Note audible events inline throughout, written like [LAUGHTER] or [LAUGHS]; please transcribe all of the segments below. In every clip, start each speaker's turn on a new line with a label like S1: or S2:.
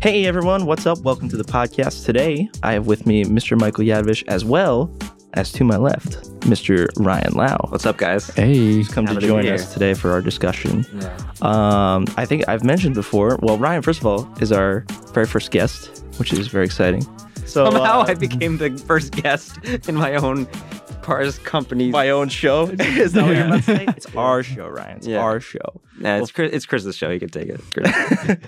S1: Hey everyone, what's up? Welcome to the podcast. Today, I have with me Mr. Michael Yadvish as well as to my left, Mr. Ryan Lau.
S2: What's up, guys?
S3: Hey.
S1: Come to
S2: Happy to be
S1: join
S2: here.
S1: us today for our discussion. Um, I think I've mentioned before. Well, Ryan, first of all, is our very first guest, which is very exciting. So
S2: [LAUGHS] Somehow
S1: uh,
S2: I became the first guest in my own car's company.
S1: my own show. [LAUGHS] is that what you're
S3: Yeah.
S1: about to say?
S2: [LAUGHS]
S1: It's our show, Ryan. It's
S2: Yeah.
S1: our show.
S2: Nah, it's, Chris, it's Chris's show. You can take it.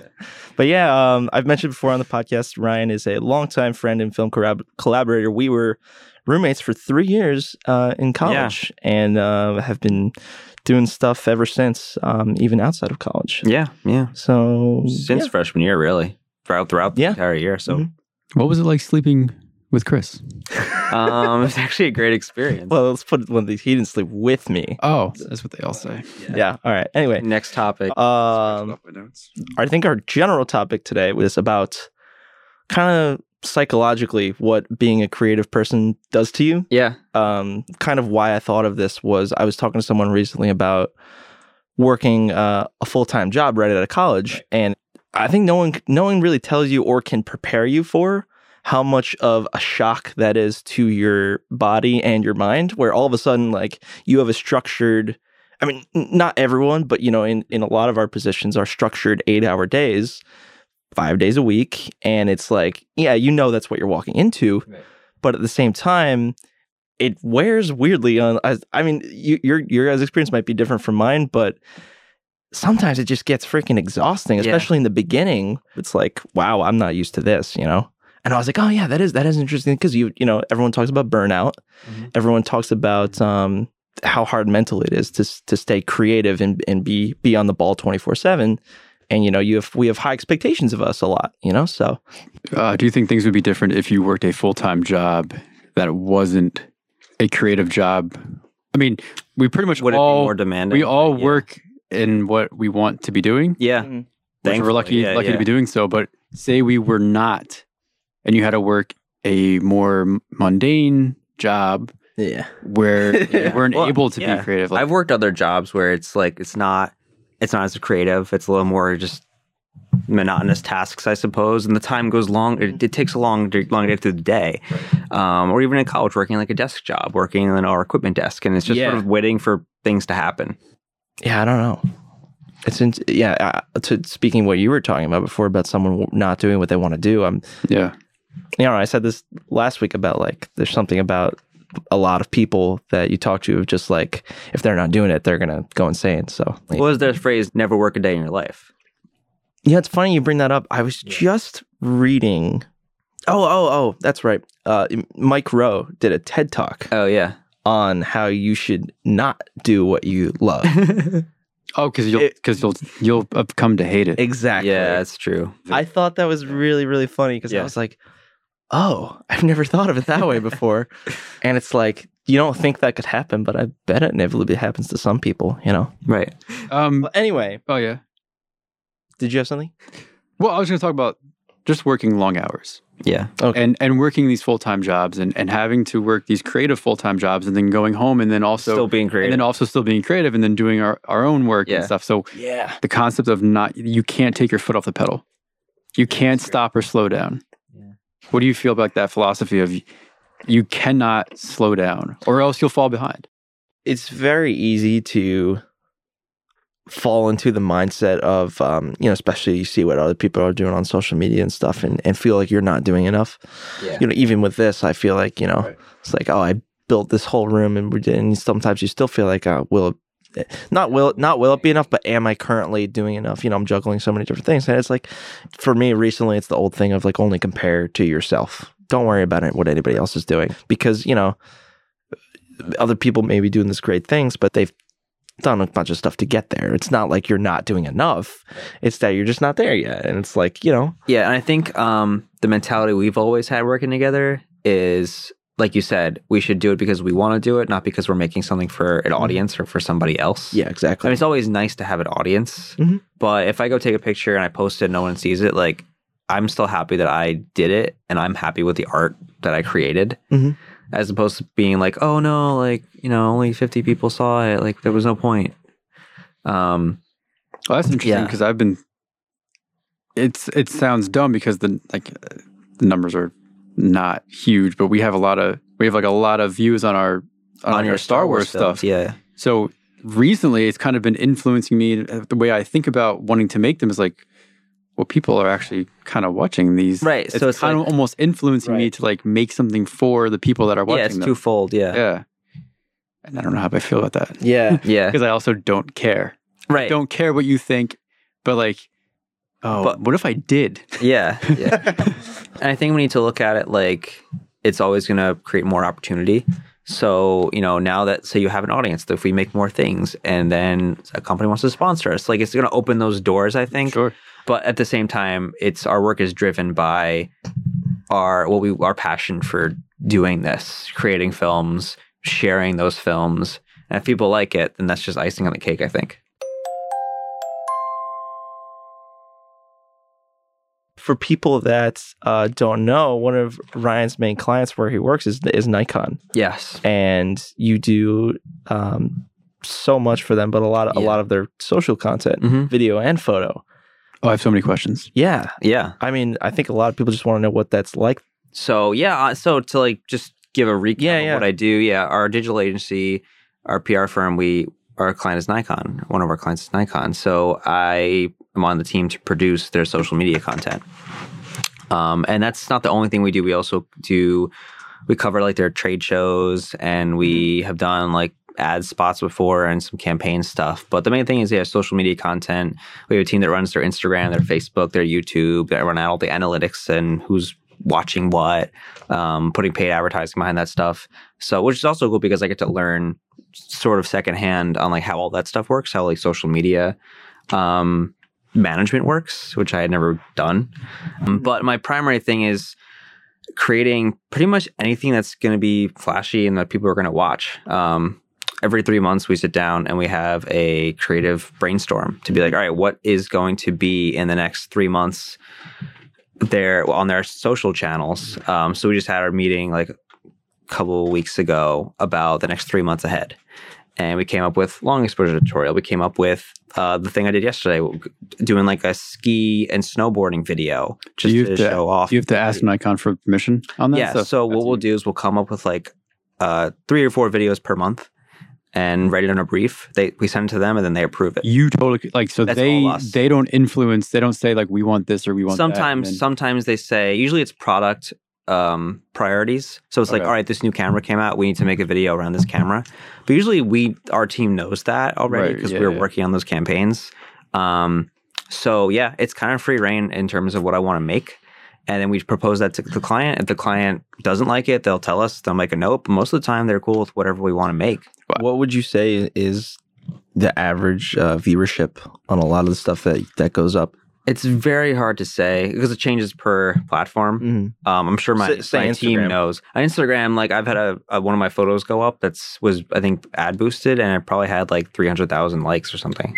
S1: But yeah, um, I've mentioned before on the podcast, Ryan is a longtime friend and film corrab- collaborator. We were roommates for three years uh, in college and uh, have been doing stuff ever since, um, even outside of college.
S2: [LAUGHS] yeah, yeah.
S1: So,
S2: Since freshman year, really. Throughout, throughout the
S1: Yeah.
S2: entire year. So
S1: Mhm.
S3: What was it like sleeping with Chris?
S2: um, it's actually a great
S1: yeah.
S2: experience.
S1: well, let's put one of these. He didn't sleep with me.
S3: Oh, that's what they all say.
S1: Yeah. All right. Anyway.
S2: Next topic.
S1: Um, I think our general topic today was about kind of psychologically what being a creative person does to you.
S2: Yeah.
S1: Um, kind of why I thought of this was I was talking to someone recently about working uh, a full time job right out of college, and I think no one no one really tells you or can prepare you for how much of a shock that is to your body and your mind where all of a sudden like you have a structured i mean n- not everyone but you know in, in a lot of our positions are structured eight hour days five days a week and it's like yeah you know that's what you're walking into
S2: Right.
S1: but at the same time it wears weirdly on as- i mean you, your your guys experience might be different from mine but sometimes it just gets freaking exhausting
S2: Yeah.
S1: especially in the beginning it's like wow i'm not used to this you know and I was like, oh yeah, that is that is interesting because you you know everyone talks about burnout,
S2: Mhm.
S1: everyone talks about um, how hard mental it is to s- to stay creative and and be be on the ball twenty four seven, and you know you have we have high expectations of us a lot, you know. So
S3: Uh, do you think things would be different if you worked a full time job that wasn't a creative job? I mean, we pretty much
S2: Would it be
S3: all
S2: more demanding?
S3: we all
S2: Yeah.
S3: work in what we want to be doing.
S2: Yeah.
S1: Mhm.
S3: Which we're
S2: Thankfully,
S3: lucky
S2: yeah,
S3: lucky
S2: yeah.
S3: to be doing so. But say we were not, and you had to work a more mundane job
S1: yeah,
S2: [LAUGHS]
S3: where you
S2: Yeah.
S3: weren't
S2: Well,
S3: able to
S2: yeah.
S3: be creative.
S2: I've worked other jobs where it's like it's not it's not as creative. It's a little more just monotonous tasks, I suppose. And the time goes long. It, it takes a long, long day through the day, um, or even in college, working like a desk job, working on our equipment desk, and it's just
S1: Yeah.
S2: sort of waiting for things to happen.
S1: yeah, I don't know. It's in, yeah. Uh, to speaking of what you were talking about before about someone w- not doing what they want to do, I'm
S3: yeah.
S1: you know, I said this last week about like there's something about a lot of people that you talk to of just like if they're not doing it, they're gonna go insane. So like,
S2: What was the phrase? Never work a day in your life.
S1: yeah, it's funny you bring that up. I was just reading. Oh, oh, oh, that's right. Uh, Mike Rowe did a TED talk
S2: Oh [LAUGHS] yeah,
S1: on how you should not do what you love.
S3: Oh, because you'll
S1: It-
S3: because you'll you'll uh, come to hate it.
S1: exactly.
S2: yeah, that's true.
S1: I thought that was really, really funny because I
S2: Yeah.
S1: was like, oh, I've never thought of it that way before. and it's like, you don't think that could happen, but I bet it inevitably happens to some people, you know?
S2: Right.
S3: Um.
S1: Well, anyway,
S3: Oh yeah.
S1: did you have something?
S3: Well, I was going to talk about just working long hours
S2: Yeah.
S1: Okay.
S3: and and working these full time jobs and and having to work these creative full time jobs and then going home and then also
S2: Still being creative.
S3: and then also still being creative and then doing our our own work
S2: Yeah.
S3: and stuff. So
S1: Yeah.
S3: the concept of not you can't take your foot off the pedal, you can't stop or slow down.
S2: Yeah.
S3: What do you feel about that philosophy of you cannot slow down or else you'll fall behind?
S1: It's very easy to fall into the mindset of, um, you know, especially you see what other people are doing on social media and stuff and, and feel like you're not doing enough.
S2: yeah.
S1: you know, even with this, I feel like, you know,
S2: Right.
S1: it's like, oh, I built this whole room and we did, and sometimes you still feel like, uh, will it, not will, not will it be enough, but am I currently doing enough? You know, I'm juggling so many different things. And it's like, for me recently, it's the old thing of like only compare to yourself. Don't worry about it, what anybody else is doing because, you know, other people may be doing this great things, but they've done a bunch of stuff to get there. It's not like you're not doing enough. It's that you're just not there yet. And it's like, you know,
S2: Yeah, and I think um, the mentality we've always had working together is, like you said, we should do it because we want to do it, not because we're making something for an audience or for somebody else.
S1: yeah,
S2: I mean,
S1: exactly.
S2: it's always nice to have an audience,
S1: Mhm.
S2: but if I go take a picture and I post it, and no one sees it. Like, I'm still happy that I did it, and I'm happy with the art that I created,
S1: Mhm.
S2: as opposed to being like, "Oh no, like you know, only 50 people saw it. Like there was no point." Um,
S3: Well, Oh, that's interesting
S2: Yeah.
S3: because I've been it's it sounds dumb because the like uh, the numbers are not huge, but we have a lot of we have like a lot of views on our on, our Star Wars,
S2: films,
S3: stuff.
S2: Yeah.
S3: So recently, it's kind of been influencing me uh, the way I think about wanting to make them is like, well, people are actually kind of watching these,
S2: Right,
S3: It's
S2: so it's
S3: kind
S2: like-
S3: of almost influencing me
S2: Right.
S3: to like make something for the people that are watching
S2: Yeah, it's
S3: them.
S2: twofold. Yeah.
S3: yeah, and I don't know how I feel about that
S2: [LAUGHS]
S1: Yeah.
S2: Yeah.
S3: because I also don't care.
S2: Right.
S3: Don't care what you think, but like, oh,
S2: But-
S3: what if I did?
S2: Yeah. Yeah. [LAUGHS] and I think we need to look at it like it's always going to create more opportunity. So, you know, now that, say you have an audience, that if we make more things and then a company wants to sponsor us, like it's going to open those doors, I think.
S3: Sure.
S2: But at the same time, it's our work is driven by our, what we, our passion for doing this, creating films, sharing those films. And if people like it, then that's just icing on the cake, I think.
S1: for people that uh, don't know, one of Ryan's main clients where he works is is Nikon,
S2: Yes.
S1: and you do um, so much for them, but a lot of, a
S2: Yeah.
S1: lot of their social content,
S2: hmm
S1: video and photo.
S3: Oh, I have so many questions.
S1: Yeah,
S2: Yeah.
S1: I mean, I think a lot of people just want to know what that's like.
S2: So yeah, uh, so to like just give a recap
S1: Yeah, yeah.
S2: of what I do. Yeah, our digital agency, our PR firm, we our client is Nikon. One of our clients is Nikon. So I am on the team to produce their social media content. Um, and that's not the only thing we do. We also do we cover like their trade shows,
S1: Mm-hmm.
S2: and we have done like ad spots before and some campaign stuff. But the main thing is yeah, social media content. We have a team that runs their Instagram,
S1: Mm-hmm.
S2: their Facebook, their YouTube, that run out all the analytics and who's watching what, um, putting paid advertising behind that stuff. So, which is also cool because I get to learn sort of secondhand on like how all that stuff works, how like social media um, management works, which I had never done. Um, But my primary thing is creating pretty much anything that's going to be flashy and that people are going to watch. Um, every three months, we sit down and we have a creative brainstorm to be like, all right, what is going to be in the next three months? Their on their social channels. Um, so we just had our meeting like a couple weeks ago about the next three months ahead, and we came up with long exposure tutorial. We came up with uh, the thing I did yesterday, doing like a ski and snowboarding video just
S3: you
S2: to,
S3: have to-
S2: show off
S3: Do you have to ask Nikon for permission on that?
S2: yeah
S3: stuff?
S2: so what we'll do is we'll come up with like uh, three or four videos per month and write it on a brief they we send it to them and then they approve it
S3: You totally like so
S2: That's
S3: they
S2: all us.
S3: they don't influence. They don't say like we want this or we want. that, and
S2: sometimes
S3: then-
S2: sometimes they say usually it's product um, priorities so it's like
S3: Okay.
S2: all right this new camera came out we need to make a video around this camera but usually we our team knows that already
S3: Right,
S2: because
S3: yeah,
S2: we were
S3: yeah.
S2: working on those campaigns um, so yeah it's kind of free reign in terms of what i want to make and then we propose that to the client if the client doesn't like it they'll tell us they'll make a note but most of the time they're cool with whatever we want to make
S3: Wow.
S4: What would you say is the average uh, viewership on a lot of the stuff that that goes up?
S2: it's very hard to say because it changes per platform
S1: Mm-hmm.
S2: Um, I'm sure my,
S1: Say- say
S2: my team
S1: Instagram.
S2: knows. On Instagram, like I've had a, a one of my photos go up that's was I think ad boosted, and it probably had like 300,000 likes or something.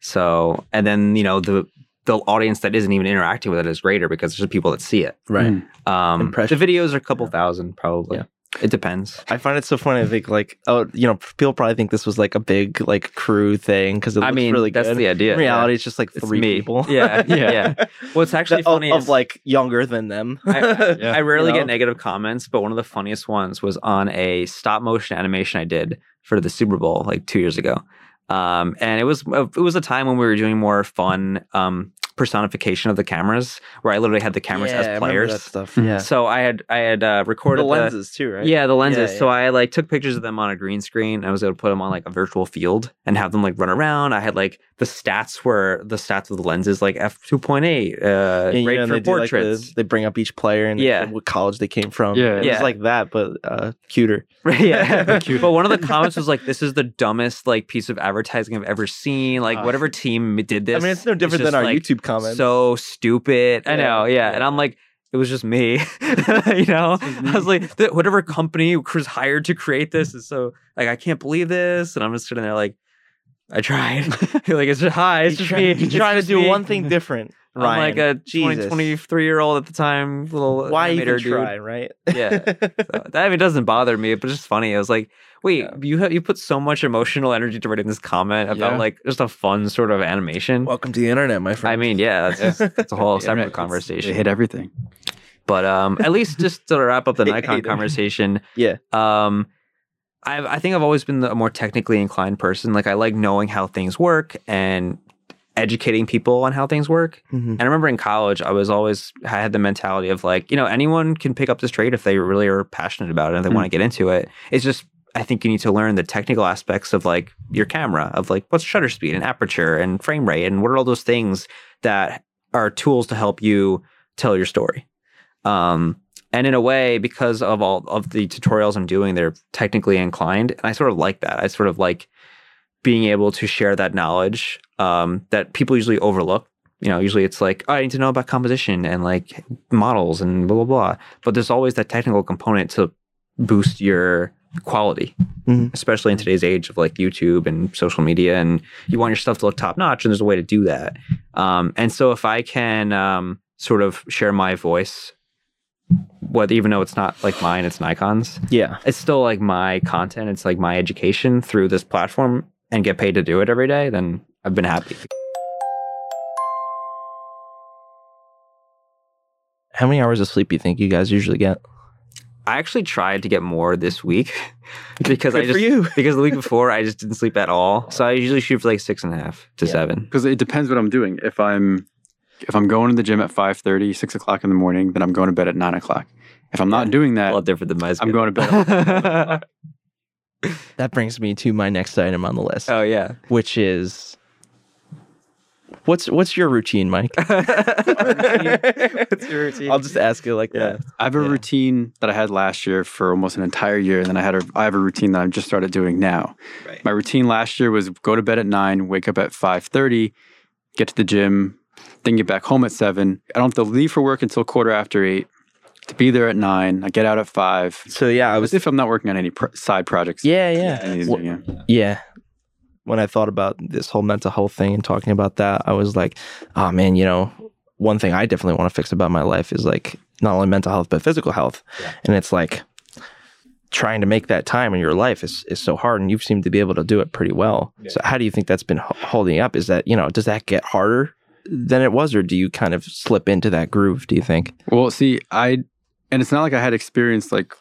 S2: So, and then you know the the audience that isn't even interacting with it is greater because there's people that see it.
S4: Right.
S3: Mm.
S2: Um, the
S4: Impression.
S2: videos are a couple thousand probably.
S4: Yeah.
S2: It depends.
S1: I find it so funny. I think like oh, you know, people probably think this was like a big like crew thing because it
S2: I
S1: looks
S2: mean,
S1: really
S2: that's
S1: good.
S2: the idea.
S1: In reality, it's just like
S2: It's
S1: three
S2: me.
S1: people. [LAUGHS]
S2: [LAUGHS] Yeah, yeah, yeah. Well, it's actually
S1: Of-
S2: funny
S1: of,
S2: is-
S1: like younger than them.
S2: I-
S3: Yeah.
S2: I rarely
S1: You know?
S2: get negative comments, but one of the funniest ones was on a stop motion animation I did for the Super Bowl like two years ago. Um, and it was it was a time when we were doing more fun um, personification of the cameras, where I literally had the cameras
S1: I
S2: as
S1: remember that
S2: players.
S1: stuff.
S3: Mhm.
S1: Yeah,
S2: So I had I had uh, recorded
S1: the lenses too, right?
S2: Yeah, the lenses.
S1: Yeah,
S2: So I like took pictures of them on a green screen. I was able to put them on like a virtual field and have them like run around. I had like the stats were the stats of the lenses like f two point eight, uh,
S1: And, you know,
S2: great
S1: and
S2: for
S1: they do, like, the-
S2: portraits.
S1: they bring up each player and they
S2: Yeah.
S1: say what college they came from.
S3: Yeah.
S1: It was
S2: Yeah.
S1: like that, but uh, cuter.
S2: [LAUGHS]
S1: [LAUGHS]
S2: Right, yeah.
S3: Cute.
S2: but one of the comments was like, "This is the dumbest like piece of advertising I've ever seen. Like,
S3: Uh,
S2: whatever team did this,
S1: Ah. I mean, it's no different
S2: just,
S1: than our
S2: like,
S1: YouTube comments.
S2: so stupid." I
S1: Yeah,
S2: know, yeah. And
S1: yeah.
S2: I'm like, it was just me, [LAUGHS] you know.
S3: This was
S2: I was like, "Th- whatever company was hired to create this is so like, I can't believe this. And I'm just sitting there like, I tried. [LAUGHS] like it's just hi, it's just me.
S1: You're trying
S2: It's
S1: to
S2: just
S1: do
S2: me.
S1: one
S4: [LAUGHS]
S1: thing different.
S2: I'm
S1: Ryan.
S2: like a 20,
S1: Jesus.
S2: 23 year old at the time, little
S1: Why
S2: animator
S1: even
S2: dude.
S1: try, right?
S2: Yeah. So, that I mean, doesn't bother me, but it's just funny. I was like, wait, you have, you put so much emotional energy to writing this comment about
S3: Yeah.
S2: like just a fun sort of
S4: [LAUGHS]
S2: animation.
S4: Welcome to the internet, my friend.
S2: I
S1: [LAUGHS]
S2: mean, yeah, that's, just- that's a whole
S3: Internet,
S2: separate
S3: it's- They
S2: conversation.
S3: hit everything.
S2: But um, at least just to wrap up the
S1: Hate
S2: Nikon
S1: it.
S2: conversation,
S1: Yeah.
S2: um, I I think I've always been the- a more technically inclined person. Like I like knowing how things work and educating people on how things work. And I remember in college, I was always I had the mentality of like, you know, anyone can pick up this trade if they really are passionate about it and they want to get into it. It's just I think you need to learn the technical aspects of like your camera, of like what's shutter speed and aperture and frame rate and what are all those things that are tools to help you tell your story. Um, and in a way, because of all of the tutorials I'm doing, they're technically inclined. And I sort of like that. I sort of like being able to share that knowledge um, that people usually overlook. You know, usually it's like, oh, I need to know about composition and like models and blah, blah, blah. But there's always that technical component to boost your quality,
S1: Mhm.
S2: especially in today's age of like YouTube and social media. And you want your stuff to look top notch, and there's a way to do that. Um, and so if I can um, sort of share my voice, what even though it's not like mine, it's Nikon's,
S1: Yeah.
S2: it's still like my content, it's like my education through this platform and get paid to do it every day, then I've been happy.
S1: How many hours of sleep do you think you guys usually get?
S2: I actually tried to get more this week [LAUGHS] because I
S1: Good for
S2: just
S1: you.
S2: [LAUGHS] because the week before I just didn't sleep at all. So I usually shoot for like six and a half to
S1: Yeah.
S2: seven.
S3: because it depends what I'm doing. If I'm if I'm going to the gym at 5.30, 6 o'clock in the morning, then I'm going to bed at nine o'clock. If I'm not doing
S2: A
S3: that,
S2: lot different than my
S3: I'm going to
S2: [LAUGHS]
S3: bed.
S2: schedule.
S1: [LAUGHS] That brings me to my next item on the list,
S2: oh yeah.
S1: which is what's what's your routine, Mike?
S2: What's your routine?
S1: I'll just ask it like that.
S3: I have a routine that I had last year for almost an entire year, and then I had a I have a routine that I've just started doing now.
S2: Right.
S3: My routine last year was go to bed at nine, wake up at five thirty, get to the gym, then get back home at seven. I don't have to leave for work until quarter after eight. To be there at nine, I get out at five.
S1: So yeah, I
S3: As
S1: was
S3: if I'm not working on any pro- side projects.
S1: Yeah, yeah.
S3: I need to
S1: Well,
S3: do, yeah.
S1: Yeah. When I thought about this whole mental health thing and talking about that, I was like, oh man, you know, one thing I definitely want to fix about my life is like not only mental health, but physical health. And it's like trying to make that time in your life is, is so hard. And you seem to be able to do it pretty well. So, how do you think that's been ho- holding up? Is that, you know, does that get harder than it was? Or do you kind of slip into that groove, do you think?
S3: Well, see, I and it's not like I had experience like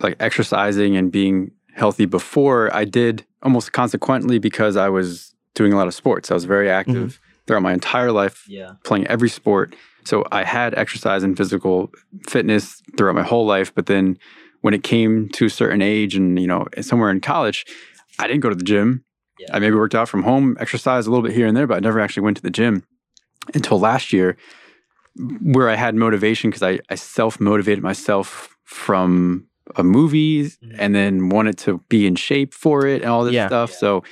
S3: like exercising and being healthy before. I did almost consequently because I was doing a lot of sports. I was very active throughout my entire life,
S2: Yeah.
S3: playing every sport. So I had exercise and physical fitness throughout my whole life. But then when it came to a certain age and you know somewhere in college, I didn't go to the gym.
S2: Yeah.
S3: I maybe worked out from home, exercised a little bit here and there, but I never actually went to the gym until last year, where I had motivation because I, I self motivated myself from a movie and then wanted to be in shape for it and all this
S1: Mm-hmm. Yeah.
S3: stuff. So,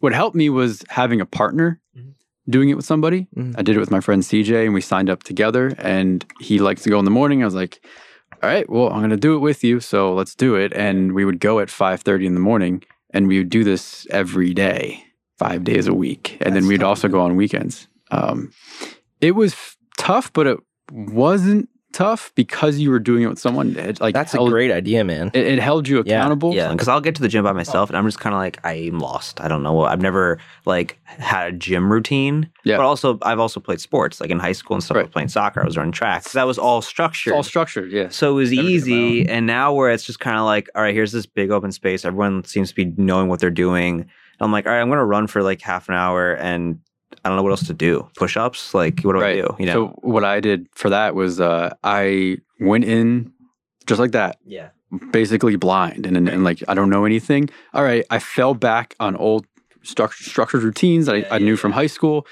S3: what helped me was having a partner
S1: Mm-hmm.
S3: doing it with somebody.
S1: Mhm.
S3: I did it with my friend CJ and we signed up together and he likes to go in the morning. I was like, all right, well, I'm going to do it with you. So let's do it. And we would go at 5.30 in the morning and we would do this every day, five days a week. And then
S4: That's
S3: we'd
S4: tough,
S3: also go on weekends. Um, it was f- tough, but it wasn't tough because you were doing it with someone. It, like
S1: That's a
S3: held,
S1: great idea, man.
S3: It, it held you
S1: Yeah,
S3: accountable.
S2: Yeah, because I'll get to the gym by myself, and I'm just kind of like I'm lost. I don't know. what- I've never like had a gym routine.
S3: Yeah.
S2: But also, I've also played sports, like in high school and stuff. I was
S3: Right.
S2: playing soccer. I was running track. So that was all
S3: It's
S2: structured.
S3: all structured. Yes.
S2: so it was
S3: Everything
S2: easy. And now where it's just kind of like, all right, here's this big open space. Everyone seems to be knowing what they're doing. I'm like, all right, I'm gonna run for like half an hour, and I don't know what else to do. Push ups, like what do I do? You know?
S3: So what I did for that was uh, I went in just like that,
S2: yeah.
S3: basically blind and, and, and like I don't know anything. All right, I fell back on old struct- structured routines that I, I knew from high school.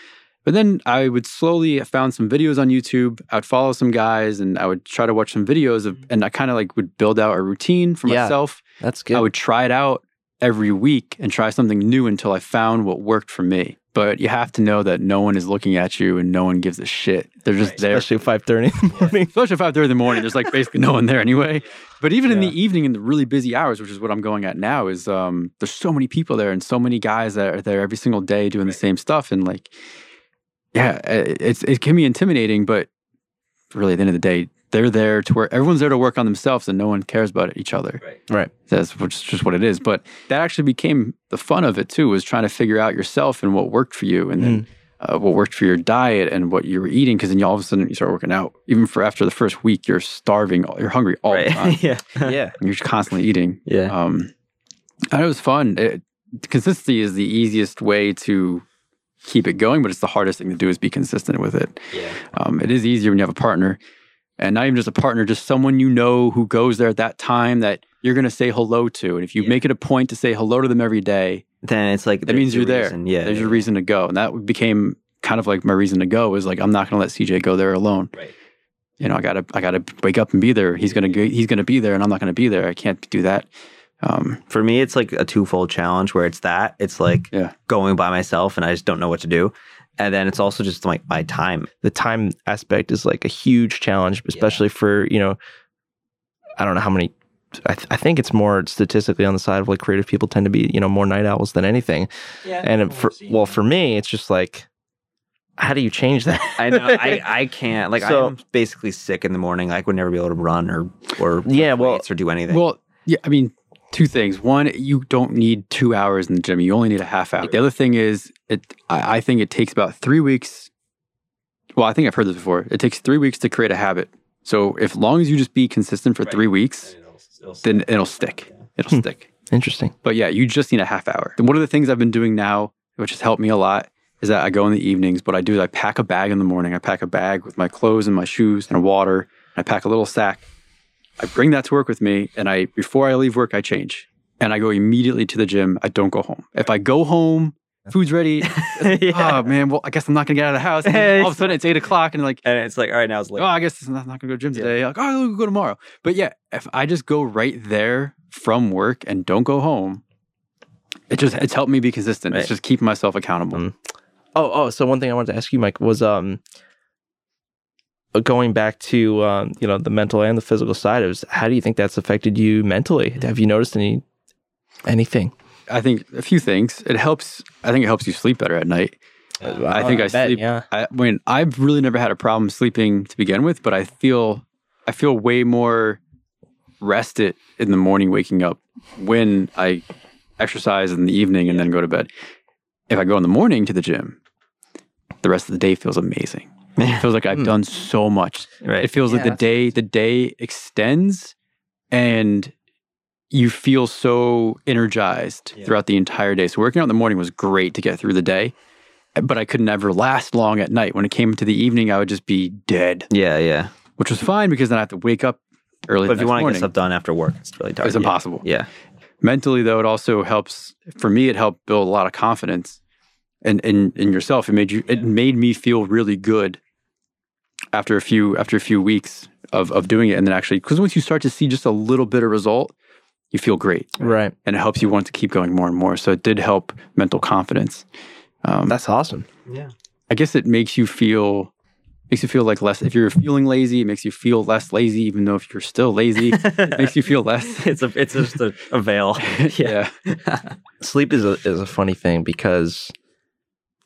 S3: But then I would slowly I found some videos on YouTube. I'd follow some guys and I would try to watch some videos of, and I kind of like would build out a routine for
S1: Yeah.
S3: myself.
S1: That's good.
S3: I would try it out every week and try something new until I found what worked for me. but you have to know that no one is looking at you and no one gives a shit. They're just there.
S1: especially five thirty in the morning.
S3: Especially five thirty in the morning, there's like basically no one there anyway. But even in the evening, in the really busy hours, which is what I'm going at now, is um, there's so many people there and so many guys that are there every single day doing the same stuff, and like, yeah, it, it's it can be intimidating, but really at the end of the day, they're there to where everyone's there to work on themselves, and no one cares about each other.
S1: Right.
S3: That's which is just what it is. But that actually became the fun of it too, was trying to figure out yourself and what worked for you, and then uh, what worked for your diet and what you were eating. Because then you all of a sudden you start working out. Even for after the first week, you're starving, you're hungry all the time.
S2: [LAUGHS] yeah.
S1: Yeah.
S3: And you're just constantly eating.
S2: Yeah.
S3: Um, and it was fun. It, consistency is the easiest way to keep it going, but it's the hardest thing to do is be consistent with it.
S2: Yeah.
S3: Um, it is easier when you have a partner, and not even just a partner, just someone you know who goes there at that time that you're going to say hello to. And if you
S2: Yeah.
S3: make it a point to say hello to them every day,
S2: Then it's like
S3: that means you're
S2: there's a
S3: there.
S2: reason. Yeah.
S3: There's your reason to go, and that became kind of like my reason to go is like I'm not going to let CJ go there alone.
S2: Right.
S3: You know, I gotta I gotta wake up and be there. He's gonna go, he's gonna be there, and I'm not gonna be there. I can't do that. Um,
S2: for me it's like a twofold challenge where it's that it's like
S3: Yeah.
S2: going by myself and i just don't know what to do and then it's also just like my time
S1: The time aspect is like a huge challenge, especially for you know, I don't know how many. I, th- I think it's more statistically on the side of like creative people tend to be you know more night owls than anything.
S2: yeah
S1: And it- for well, for me, it's just like, how do you change that?
S2: i know i i can't
S3: [LAUGHS]
S2: like
S1: So-
S2: i'm basically sick in the morning i would never be able to run or or
S1: Yeah,
S2: lift
S1: well-
S2: weights or do anything
S3: well, yeah, I mean, two things. One, you don't need two hours in the gym. You only need a half hour. The other thing is, it. I, I think it takes about three weeks. Well, I think I've heard this before. It takes three weeks to create a habit. So, if long as you just be consistent for three weeks, then it'll stick. It'll
S1: Hmm.
S3: stick.
S1: Interesting.
S3: But yeah, you just need a half hour. And one of the things I've been doing now, which has helped me a lot, is that I go in the evenings. What I do is I pack a bag in the morning. I pack a bag with my clothes and my shoes and water. I pack a little sack. I bring that to work with me, and I before I leave work, I change and I go immediately to the gym. I don't go home. If I go home, food's ready.
S2: Yeah.
S3: Oh man, well I guess I'm not gonna get out of the house. And then all of a sudden it's eight o'clock, and like
S2: and it's like all right now it's late
S3: oh, I guess I'm not, not gonna go to gym today. Like, oh, we'll go tomorrow. But yeah, if I just go right there from work and don't go home, it just it's helped me be consistent. It's
S2: Right.
S3: just keeping myself accountable.
S1: Mm. Oh, oh. So one thing I wanted to ask you, Mike, was um, uh, going back to um, you know, the mental and the physical side. It was how do you think that's affected you mentally? Have you noticed any anything?
S3: I think a few things. It helps. I think it helps you sleep better at night. I think Uh, I,
S1: Oh, bet,
S3: sleep.
S1: yeah.
S3: I, I mean, I've really never had a problem sleeping to begin with, but I feel I feel way more rested in the morning, waking up when I exercise in the evening and then go to bed. If I go in the morning to the gym, the rest of the day feels amazing. It feels like I've
S1: Mm.
S3: done so much.
S2: right
S3: It feels like
S1: Yeah,
S3: the day the day extends and you feel so energized
S2: Yeah.
S3: throughout the entire day. So working out in the morning was great to get through the day, but I could never last long at night. When it came to the evening, I would just be dead,
S2: yeah yeah
S3: which was fine because then I have to wake up early.
S2: but if you want to get
S3: morning.
S2: stuff done after work it's really dark
S3: it's impossible.
S2: yeah
S3: Mentally though, it also helps for me it helped build a lot of confidence in in, in yourself. It made you it made me feel really good after a few after a few weeks of of doing it and then actually because once you start to see just a little bit of result, you feel great.
S1: Right.
S3: and it helps you want to keep going more and more. So it did help mental confidence. Um,
S1: That's awesome.
S2: yeah
S3: I guess it makes you feel makes you feel like less. If you're feeling lazy, it makes you feel less lazy, even though if you're still lazy, it [LAUGHS] makes you feel
S2: [LAUGHS]
S3: less.
S2: it's a it's just a, a veil
S3: yeah.
S1: sleep is a, is a funny thing because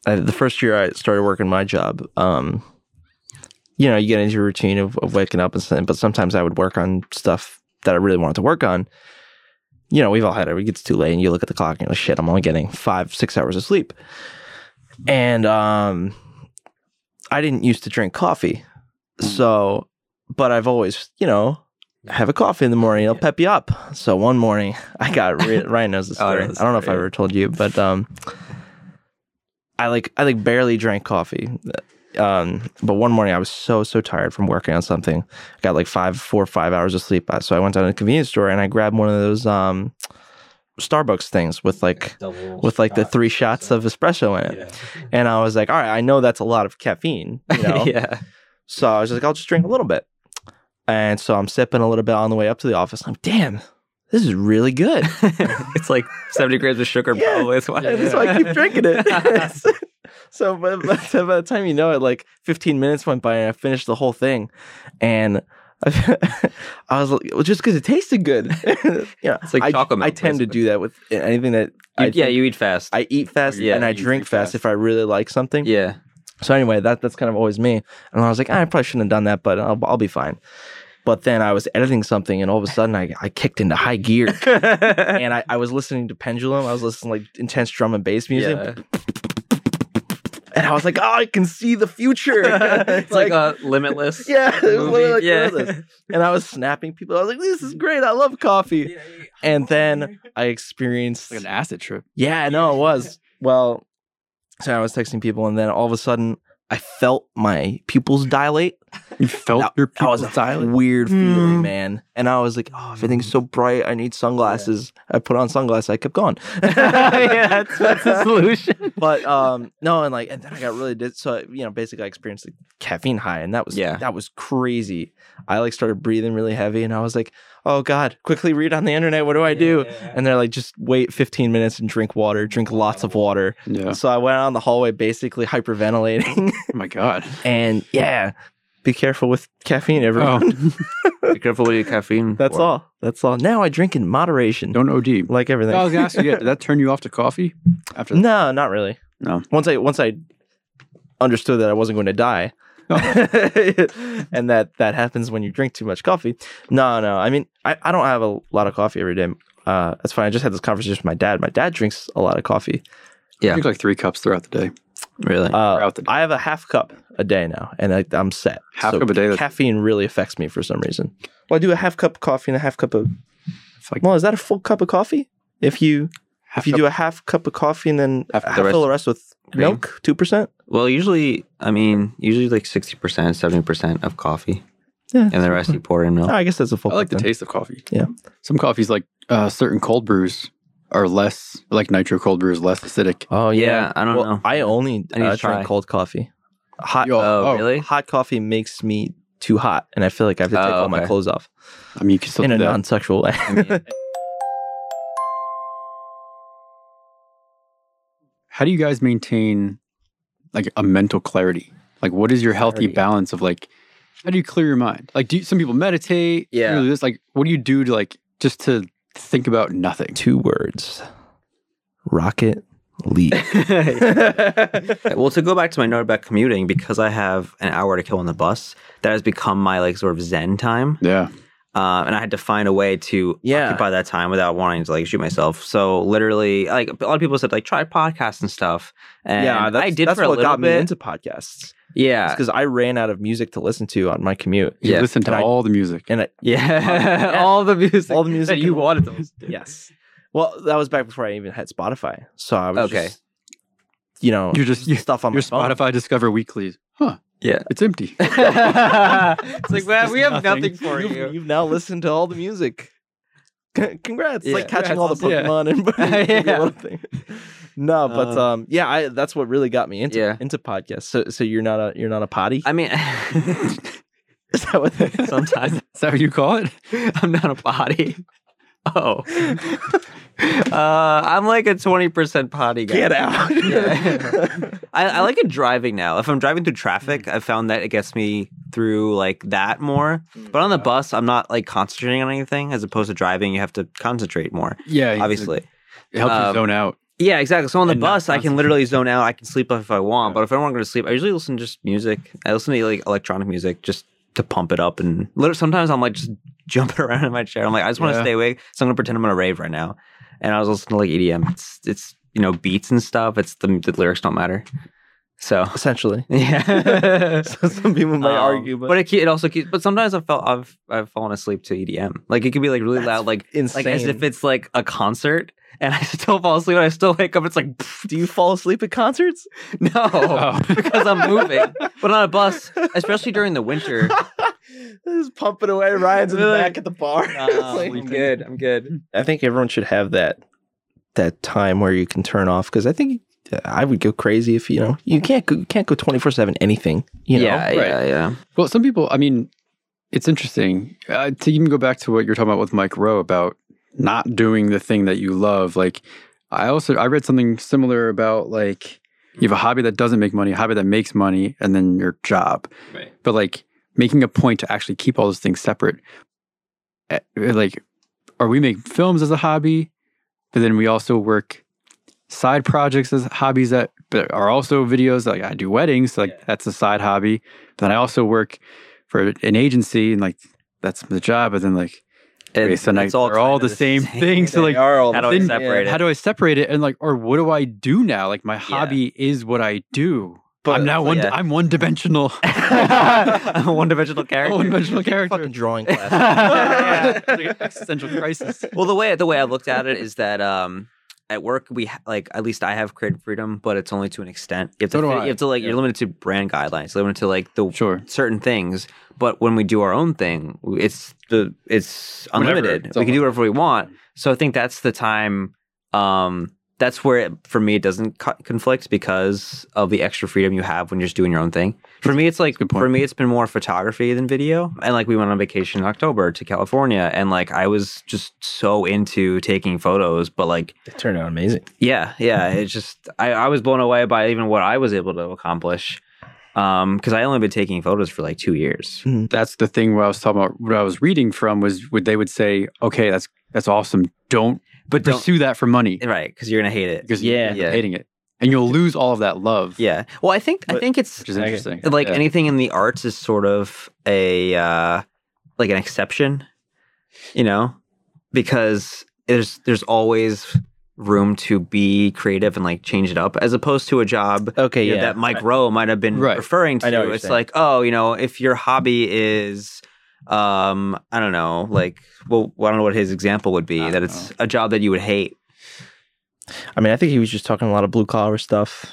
S1: I, the first year I started working my job, um, you know, you get into your routine of, of waking up and stuff, but sometimes I would work on stuff that I really wanted to work on. You know, we've all had it. It gets too late and you look at the clock and you're like, shit, I'm only getting five, six hours of sleep. And um, I didn't used to drink coffee. So, but I've always, you know, have a coffee in the morning. It'll pep you up. So one morning, [LAUGHS] I got re- Ryan knows the
S2: Oh, I know
S1: story. I,
S2: the
S1: don't know if I
S2: story, yeah.
S1: ever told you, but um, I like I like barely drank coffee. Um, but one morning I was so so tired from working on something. I got like five, four, or five hours of sleep. Uh, So I went down to the convenience store and I grabbed one of those um, Starbucks things with like with like the three shots of espresso in it. And I was like, all right, I know that's a lot of caffeine. You
S2: [LAUGHS]
S1: know?
S2: yeah
S1: So I was just like, I'll just drink a little bit. And so I'm sipping a little bit on the way up to the office. I'm damn, this is really good.
S2: [LAUGHS]
S1: [LAUGHS]
S2: it's like 70 grams of sugar
S1: Yeah.
S2: probably that's why
S1: And that's why I keep drinking it. [LAUGHS] So by, by, so by the time you know it, like 15 minutes went by and I finished the whole thing. And [LAUGHS] I, was like, well, just because it tasted good. [LAUGHS] yeah.
S2: It's like
S1: I,
S2: chocolate
S1: I
S2: milk,
S1: tend to
S2: basically.
S1: do that with anything that I
S2: [LAUGHS] You, yeah,
S1: think-
S2: you eat fast.
S1: I eat fast
S2: Yeah,
S1: and I
S3: you
S1: drink
S3: drink
S1: fast,
S3: fast.
S1: if I really like something.
S2: yeah.
S1: So anyway, that that's kind of always me. And I was like, "Ah, I probably shouldn't have done that, but I'll, I'll be fine. But then I was editing something, and all of a sudden I, I kicked into high
S2: [LAUGHS]
S1: gear, and I, I was listening to Pendulum. I was listening to like intense drum and bass
S2: [LAUGHS]
S1: music,
S2: yeah.
S1: and I was like, oh, I can see the future.
S2: [LAUGHS]
S1: [LAUGHS]
S2: it's like, uh, limitless.
S1: yeah, it was
S2: movie.
S1: literally like
S2: yeah.
S1: this.
S2: [LAUGHS]
S1: and I was snapping people. I was like, this is great. I love
S2: [LAUGHS]
S1: coffee. And then I experienced
S3: like an acid trip.
S1: Yeah, no, it
S3: [LAUGHS]
S1: was. Well, so I was texting people, and then all of a sudden, I felt my pupils dilate.
S3: You felt
S1: That-
S3: Oh, your
S1: That
S3: pupils
S1: was a
S3: dilate. Mm.
S1: weird feeling,
S2: Mm.
S1: man. And I was like, "Oh, everything's so bright. I need sunglasses." I put on sunglasses. I kept
S3: [LAUGHS]
S1: going. [LAUGHS]
S2: yeah, that's, that's [LAUGHS] the solution.
S1: but um, no, and like, and then I got really did. So you know, basically, I experienced like caffeine high, and that was
S2: Yeah.
S1: that was crazy. I like started breathing really heavy, and I was like, "Oh God, quickly read on the internet. What do I do?" And they're like, "Just wait 15 minutes and drink water. Drink lots of water."
S3: Yeah.
S1: So I went out in the hallway basically hyperventilating. [LAUGHS]
S3: Oh my god.
S1: and yeah, be careful with caffeine, everyone.
S2: [LAUGHS]
S3: Oh,
S2: Be careful with your
S1: [LAUGHS]
S2: caffeine.
S1: That's all. That's all. Now I drink in moderation,
S3: don't OD.
S1: like everything.
S3: I was gonna ask you, yeah, did that turn you off to coffee after
S1: [LAUGHS]
S3: that?
S1: no, not really.
S3: No.
S1: Once I once I understood that I wasn't going to die. [LAUGHS]
S3: No.
S1: and that that happens when you drink too much coffee. No, no. I mean, I, I don't have a lot of coffee every day. Uh, that's fine. I just had this conversation with my dad. My dad drinks a lot of coffee.
S3: I
S2: Yeah.
S3: drink like three cups throughout the day.
S2: Really?
S1: Uh,
S3: Throughout the day.
S1: I have a half cup a day now, and I, I'm set.
S3: Half cup a day, that's-
S1: Caffeine really affects me for some reason. Well, I do a half cup of coffee and a half cup of.
S3: It's like
S1: Well, is that a full cup of coffee? If you
S3: half
S1: if you
S3: cup-
S1: do a half cup of coffee and then
S3: Half the
S1: half fill the rest with
S2: Cream.
S1: milk, two percent.
S2: well, usually, I mean, usually like 60%, 70% of coffee.
S1: Yeah. Oh,
S2: And the rest you pour in
S1: [LAUGHS]
S2: milk.
S1: I guess that's a full.
S3: I like the
S1: cup then.
S3: taste of coffee.
S1: Yeah.
S3: Some coffees, like uh, certain cold brews, are less like nitro cold brews, less acidic.
S1: Oh
S2: yeah,
S1: yeah,
S2: I don't
S1: Well,
S2: know.
S1: I only
S2: I need to
S1: uh,
S2: try.
S1: drink cold coffee. Hot
S3: Yo,
S2: oh, really?
S1: [LAUGHS] hot coffee makes me too hot, and I feel like I have to take
S2: Oh,
S1: all my
S2: okay.
S1: clothes off
S3: I mean, you can still
S1: in
S3: do
S1: a
S3: that.
S1: non-sexual [LAUGHS] way.
S2: I mean,
S3: How do you guys maintain like a mental clarity? Like, what is your healthy
S2: Clarity.
S3: balance of like? How do you clear your mind? Like, do you, some people meditate? some
S2: Yeah.
S3: people do This like, what do you do to like just to think about nothing?
S1: two words: rocket leap.
S2: well, to go back to my note about commuting, because I have an hour to kill on the bus, that has become my like sort of zen time.
S3: Yeah.
S2: Uh, and I had to find a way to
S1: Yeah.
S2: occupy that time without wanting to like shoot myself. So literally, like a lot of people said, like try podcasts and stuff. And
S1: yeah, that's,
S2: I did
S1: that's
S2: for a
S1: what
S2: little
S1: got me
S2: bit.
S1: into podcasts.
S2: yeah,
S1: because I ran out of music to listen to on my commute.
S3: You
S2: Yeah.
S3: listen to
S1: And I-
S3: all the music.
S1: And I,
S2: [LAUGHS] yeah,
S1: Yeah.
S2: all the music,
S1: All the music
S2: that you
S1: and-
S2: wanted. To
S1: [LAUGHS] yes, well, that was back before I even had Spotify, so I was
S2: Okay.
S1: just, you know,
S3: You're [LAUGHS] just you,
S1: stuff on
S3: your
S1: my phone.
S3: Spotify Discover Weekly. Huh?
S2: Yeah.
S3: It's [LAUGHS] empty.
S2: it's like well,
S3: Just
S2: we have
S3: nothing.
S2: nothing for
S1: You've,
S2: you.
S1: you've now listened to all the music. C- Congrats!
S2: Yeah.
S1: Like catching all the
S3: Congrats.
S1: Pokemon
S2: [LAUGHS]
S1: and
S2: Yeah.
S1: every little thing. No, but
S2: Uh,
S1: um, yeah, I, that's what really got me into
S2: Yeah.
S1: into podcasts. So, so you're not a you're not a potty.
S2: I mean,
S1: [LAUGHS]
S2: [LAUGHS]
S1: Is that what? [LAUGHS]
S2: sometimes
S3: Is that what you call it? [LAUGHS]
S2: I'm not a potty. [LAUGHS] Oh. Uh, I'm like a 20% potty guy.
S1: Get out! [LAUGHS]
S2: Yeah. I, I like it driving now. If I'm driving through traffic,
S1: Mm.
S2: I've found that it gets me through like that more. But on the bus, I'm not like concentrating on anything as opposed to driving. You have to concentrate more,
S3: Yeah.
S2: obviously.
S3: It helps
S2: Um,
S3: you zone out.
S2: Yeah, exactly. So on the
S3: And not
S2: bus, I can
S3: concentrate.
S2: literally zone out. I can sleep if I want. But if I want to go to sleep, I usually listen to just music. I listen to like electronic music just to pump it up. And literally, sometimes I'm like just [LAUGHS] jumping around in my chair. I'm like, I just want to
S3: Yeah.
S2: stay awake. So I'm gonna pretend I'm gonna rave right now. And I was listening to like EDM. It's it's you know beats and stuff. It's the, the lyrics don't matter. So [LAUGHS]
S1: Essentially, [LAUGHS]
S2: yeah.
S1: so [LAUGHS] some people might
S2: Um,
S1: argue, but,
S2: but it, ke- it also keeps. But sometimes I felt I've I've fallen asleep to EDM. Like it could be like really
S1: That's
S2: loud, like
S1: insane.
S2: like as if it's like a concert, and [LAUGHS] I still fall asleep. and I still wake up. It's like
S1: Do you fall asleep at concerts?
S2: [LAUGHS] no,
S3: Oh.
S2: because I'm moving.
S3: [LAUGHS]
S2: But on a bus, especially during the winter,
S1: Just pumping away. Ryan's in the
S2: Really?
S1: back at the bar. [LAUGHS] It's like-
S2: Um, I'm good. I'm good.
S1: I think everyone should have that that time where you can turn off because I think uh, I would go crazy if you know you can't go, you can't go twenty four seven anything. You know,
S2: yeah,
S3: right.
S2: yeah, yeah.
S3: Well, some people, I mean, it's interesting uh, to even go back to what you're talking about with Mike Rowe about not doing the thing that you love. Like, I also I read something similar about like you have a hobby that doesn't make money, a hobby that makes money, and then your job.
S2: Right.
S3: But like making a point to actually keep all those things separate. Eh, Like, or we make films as a hobby, but then we also work side projects as hobbies that but are also videos. Like I do weddings, so like that's a side hobby. But then I also work for an agency, and like that's the job. But then like Okay, so now they're all
S2: kind of
S3: the same thing, so,
S2: They
S3: like,
S2: are all how do I
S3: then-
S2: separate
S3: how
S2: it?
S3: do I separate it? And like, or what do I do now? Like my hobby is what I do. But I'm now one.
S2: yeah.
S3: I'm one
S2: [LAUGHS]
S3: dimensional. [LAUGHS]
S2: I'm a one-dimensional character.
S3: one dimensional character.
S1: Fucking drawing
S3: [LAUGHS]
S1: class. [LAUGHS]
S2: [LAUGHS] Yeah.
S3: It's like an existential crisis.
S2: well, the way the way I looked at it is that um, at work we ha- like at least I have creative freedom, but it's only to an extent. You have to,
S3: So do
S2: fit-
S3: I.
S2: you have to like
S3: Yeah.
S2: you're limited to brand guidelines, limited to like the
S3: Sure.
S2: certain things. But when we do our own thing, it's the it's
S3: Whatever.
S2: unlimited.
S3: It's
S2: we can do whatever we want. So I think that's the time. Um, that's where it, for me it doesn't co- conflict because of the extra freedom you have when you're just doing your own thing. For me, it's like
S3: Good point.
S2: for me it's been more photography than video. And like we went on vacation in October to California, and like I was just so into taking photos, but like
S1: It turned out amazing.
S2: yeah, yeah. It's just I, I was blown away by even what I was able to accomplish. Um, because I only been taking photos for like two years.
S3: That's the thing where I was talking about. What I was reading from was would they would say, "Okay, that's that's awesome. Don't
S2: But don't,
S3: pursue that for money
S2: right, because you're gonna hate it.
S3: because
S1: Yeah.
S3: you're
S2: Yeah.
S3: hating it, and you'll lose all of that love."
S2: Yeah. Well, I think I
S1: But-
S2: think it's
S3: which is
S1: Okay.
S3: interesting.
S2: like
S3: Yeah.
S2: anything in the arts is sort of a uh like an exception, you know? Because there's there's always room to be creative and like change it up as opposed to a job
S1: Okay,
S2: you know,
S1: yeah.
S2: that Mike Rowe might have been
S3: Right.
S2: referring to.
S1: I know what you're
S2: it's
S1: saying.
S2: like, oh, you know, if your hobby is, um, I don't know, like, well, I don't know what his example would be
S3: I
S2: that
S3: don't
S2: it's a job that you would hate.
S1: I mean, I think he was just talking a lot of blue collar stuff.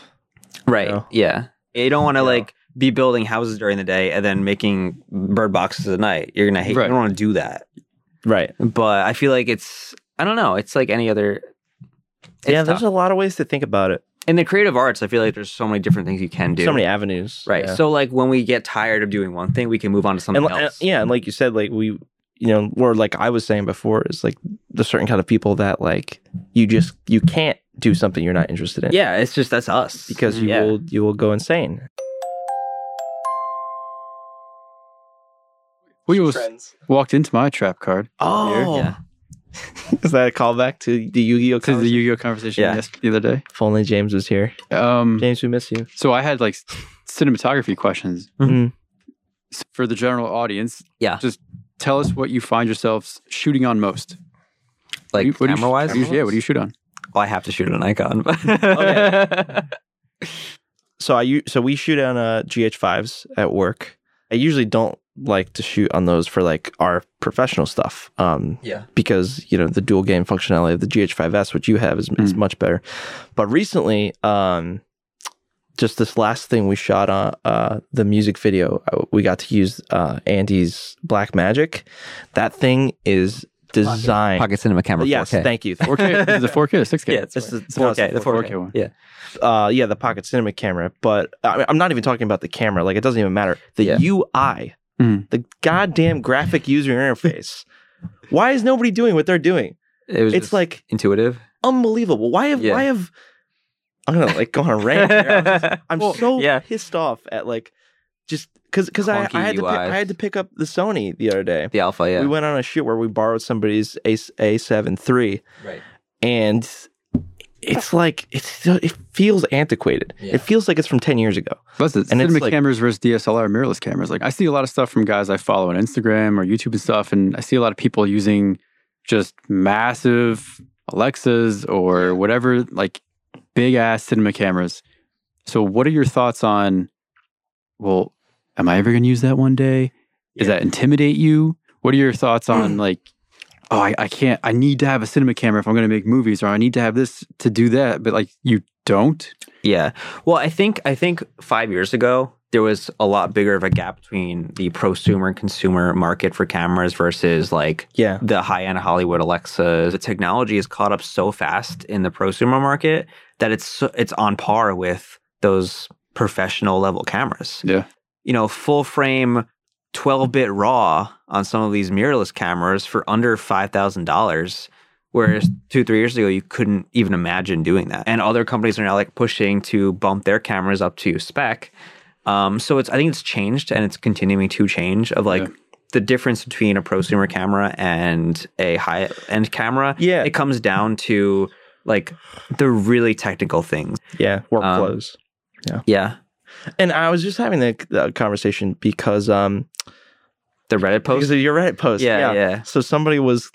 S2: Right.
S1: know?
S2: Yeah. You don't want to
S1: You know?
S2: like be building houses during the day and then making bird boxes at night. You're gonna hate.
S3: Right.
S2: You don't want to do that.
S1: Right.
S2: But I feel like it's, I don't know, it's like any other. it's
S1: yeah, there's
S2: tough.
S1: a lot of ways to think about it.
S2: in the creative arts. I feel like there's so many different things you can do.
S1: So many avenues.
S2: Right.
S1: Yeah.
S2: So like when we get tired of doing one thing, we can move on to something
S1: and, li-
S2: else.
S1: and- yeah, and like you said, like we, you know, or like I was saying before, is like the certain kind of people that like you just you can't do something you're not interested
S2: [LAUGHS]
S1: in.
S2: Yeah, it's just that's us
S1: because you
S2: Yeah.
S1: will you will go insane.
S3: we almost walked into my trap card.
S1: Oh,
S2: Yeah.
S1: is that a callback to the Yu-Gi-Oh?
S3: to the
S1: conversation?
S3: Yu-Gi-Oh conversation
S2: Yeah.
S3: yes the other day.
S1: if only James was here.
S3: Um,
S1: James, we miss you.
S3: so I had like s- cinematography questions
S1: Mhm.
S3: S- for the general audience.
S2: Yeah.
S3: just tell us what you find yourselves shooting on most.
S2: Like
S3: What do you- what do you-
S2: camera wise,
S3: what do you- yeah, what do you shoot on?
S2: Well, I have to shoot an icon. [LAUGHS] But [LAUGHS]
S1: So I u- so we shoot on uh, GH5s at work. I usually don't like to shoot on those for like our professional stuff. Um,
S2: yeah,
S1: because you know the dual game functionality of the GH5s, which you have, is, is
S3: Mm.
S1: much better. But recently, um, just this last thing we shot on uh, the music video, uh, we got to use uh, Andy's Black Magic. That thing is designed.
S2: pocket cinema camera.
S1: Yes,
S2: 4K.
S1: thank you.
S3: 4K, this is a 4K or
S2: [LAUGHS]
S3: 6K?
S2: yeah, it's,
S1: This
S2: it's
S1: is-
S2: the 4K, the 4K,
S3: 4K one.
S2: Yeah,
S1: uh, yeah, the Pocket Cinema camera. But uh, I mean, I'm not even talking about the camera. Like, it doesn't even matter. The
S2: Yeah.
S1: UI,
S3: Mm.
S1: the goddamn graphic user interface. Why is nobody doing what they're doing?
S2: it was.
S1: It's
S2: just
S1: like
S2: [LAUGHS] intuitive.
S1: unbelievable. Why have
S2: Yeah.
S1: why have I'm gonna like go on a rant. here.
S2: [LAUGHS] yeah,
S1: [LAUGHS] I'm
S2: Well,
S1: so
S2: yeah.
S1: pissed off at like just because because I,
S2: Clunky
S1: I had to pick,
S2: UIs.
S1: I had to pick up the Sony the other day.
S2: the alpha. Yeah,
S1: We went on a shoot where we borrowed somebody's A A seven three,
S2: right.
S1: and it's like it's it feels antiquated.
S2: Yeah.
S1: It feels like it's from ten years ago.
S3: Plus, it's
S1: And it's
S3: cinema
S1: like-
S3: cameras versus DSLR mirrorless cameras. Like, I see a lot of stuff from guys I follow on Instagram or YouTube and stuff, and I see a lot of people using just massive Alexas or whatever, like big ass cinema cameras. So, what are your thoughts on? Well, am I ever going to use that one day? Does that intimidate you? What are your
S1: [CLEARS THROAT]
S3: thoughts on like? Oh, I, I can't. I need to have a cinema camera if I'm going to make movies, or I need to have this to do that. But like, you don't.
S2: Yeah. Well, I think I think five years ago there was a lot bigger of a gap between the prosumer and consumer market for cameras versus like
S1: Yeah,
S2: the high end Hollywood Alexa. The technology is caught up so fast in the prosumer market that it's so, it's on par with those professional level cameras.
S3: Yeah.
S2: You know, full frame 12 bit raw on some of these mirrorless cameras for under $5,000 Whereas two, three years ago, you couldn't even imagine doing that. And other companies are now like pushing to bump their cameras up to spec. Um, so it's I think it's changed and it's continuing to change of like the difference between a prosumer camera and a high end camera.
S1: Yeah.
S2: It comes down to like the really technical things.
S1: Yeah,
S2: Um,
S1: workflows.
S2: Yeah.
S1: and I was just having the, the conversation because um
S2: The Reddit post.
S1: because of your Reddit post.
S2: Yeah, yeah.
S1: So somebody was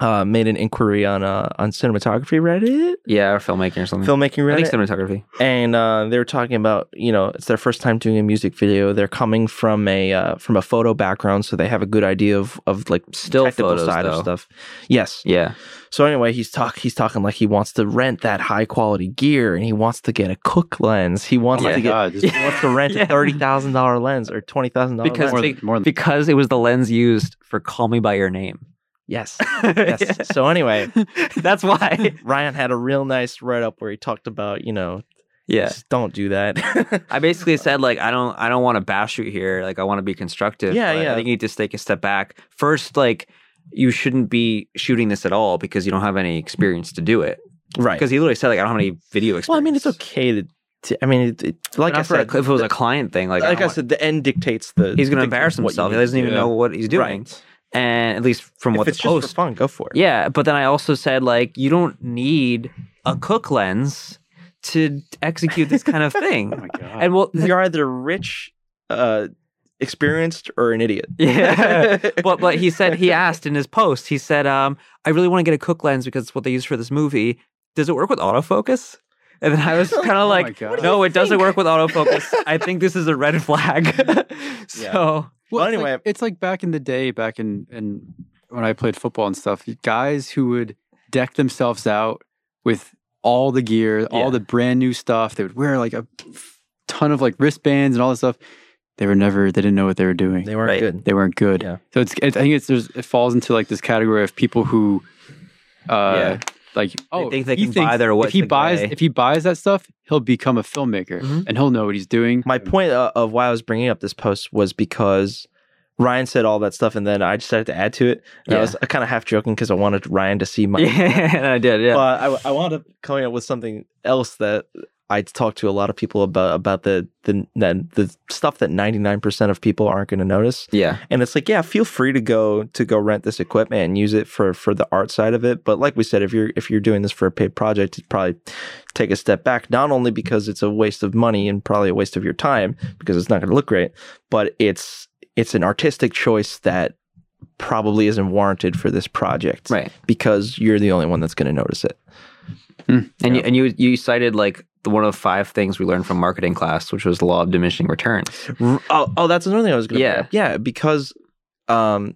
S1: uh made an inquiry on uh on cinematography Reddit,
S2: Yeah, or filmmaking or something.
S1: filmmaking
S2: Mm. I think
S1: Reddit,
S2: cinematography.
S1: and uh, they were talking about you know it's their first time doing a music video. They're coming from a uh, from a photo background, so they have a good idea of of like
S2: Still
S1: technical
S2: photos,
S1: side
S2: though.
S1: of stuff. Yes,
S2: Yeah.
S1: So anyway, he's talk he's talking like he wants to rent that high quality gear and he wants to get a Cook lens. He wants
S3: my
S1: to get
S3: God, [LAUGHS] just-
S1: he wants to rent
S2: Oh [LAUGHS] Yeah.
S1: a thirty thousand dollar lens or twenty thousand dollar lens.
S2: Because
S3: more
S2: they-
S3: than, more than
S2: Because it was the lens used for Call Me By Your
S1: [LAUGHS]
S2: Name. [LAUGHS]
S1: Yes. Yes. So anyway,
S2: That's why.
S1: [LAUGHS] Ryan had a real nice write up where he talked about, you know,
S2: Yeah.
S1: just don't do that. [LAUGHS]
S2: I basically said like I don't I don't want to bash you here. Like I want to be constructive.
S1: Yeah,
S2: but
S1: yeah.
S2: I think you need to take a step back. First, like you shouldn't be shooting this at all because you don't have any experience to do it.
S1: right.
S2: Because he literally said like I don't have any video experience.
S1: Well, I mean, it's okay to. to I mean, it, it, like
S2: Like
S1: I
S2: for a
S1: said,
S2: cl- if it was a client thing, like,
S1: like,
S2: I
S1: I
S2: don't
S1: said, the end dictates the.
S2: want- he's going to
S1: dictates
S2: embarrass
S1: what you
S2: himself. He
S1: need to
S2: doesn't even
S1: do.
S2: know what he's doing.
S1: Right.
S2: And at least from
S1: If
S2: what
S1: it's
S2: the
S1: just
S2: post
S1: for fun, go for it.
S2: Yeah, but then I also said like you don't need a cook lens to execute this
S3: [LAUGHS]
S2: kind of
S3: oh my
S2: thing.
S3: god.
S2: and
S3: [LAUGHS]
S2: well, [LAUGHS]
S1: [LAUGHS] You're either rich, uh, experienced, or an [LAUGHS] idiot.
S2: yeah. but but he said he asked in his post. He said, um, "I really want to get a cook lens because it's what they use for this movie. Does it work with autofocus?" And then
S3: [LAUGHS]
S2: I was kind of
S3: Oh my
S2: like,
S3: God.
S2: "No, it doesn't work with autofocus.
S3: [LAUGHS]
S2: I think this is a red flag." [LAUGHS] so
S1: Well,
S3: it's like-
S1: anyway-
S3: it's like back in the day, back in, in when I played football and stuff, guys who would deck themselves out with all the gear,
S2: Yeah.
S3: all the brand new stuff. They would wear like a ton of like wristbands and all this stuff. They were never, they didn't know what they were doing.
S1: They weren't
S2: Right.
S1: good.
S3: They weren't good.
S1: Yeah.
S3: So it's, it, I think it's, there's, it falls into like this category of people who, uh,
S2: Yeah.
S3: like, oh,
S2: think they
S3: he
S2: can
S3: thinks
S2: buy their way
S3: if he
S2: to
S3: buys,
S2: gray.
S3: if he buys that stuff, he'll become a filmmaker
S2: Mhm.
S3: and he'll know what he's doing.
S1: My point uh, of why I was bringing up this post was because Ryan said all that stuff, and then I decided to add to it. And I
S2: Yeah.
S1: was kind of half joking because I wanted Ryan to see my.
S2: yeah, [LAUGHS] and I did. Yeah,
S1: But I, I wound up coming up with something else that I talked to a lot of people about about the the the, the stuff that ninety nine percent of people aren't going to notice.
S2: yeah,
S1: And it's like, yeah, feel free to go to go rent this equipment and use it for for the art side of it. But like we said, if you're if you're doing this for a paid project, it's probably take a step back. Not only because it's a waste of money and probably a waste of your time because it's not going to look great, but it's it's an artistic choice that probably isn't warranted for this project
S2: right.
S1: because you're the only one that's going to notice it.
S2: And you, and you you cited like the one of five things we learned from marketing class, which was the law of diminishing returns.
S1: R- Oh, oh, that's another thing I was going to.
S2: Yeah.
S1: yeah, because, um,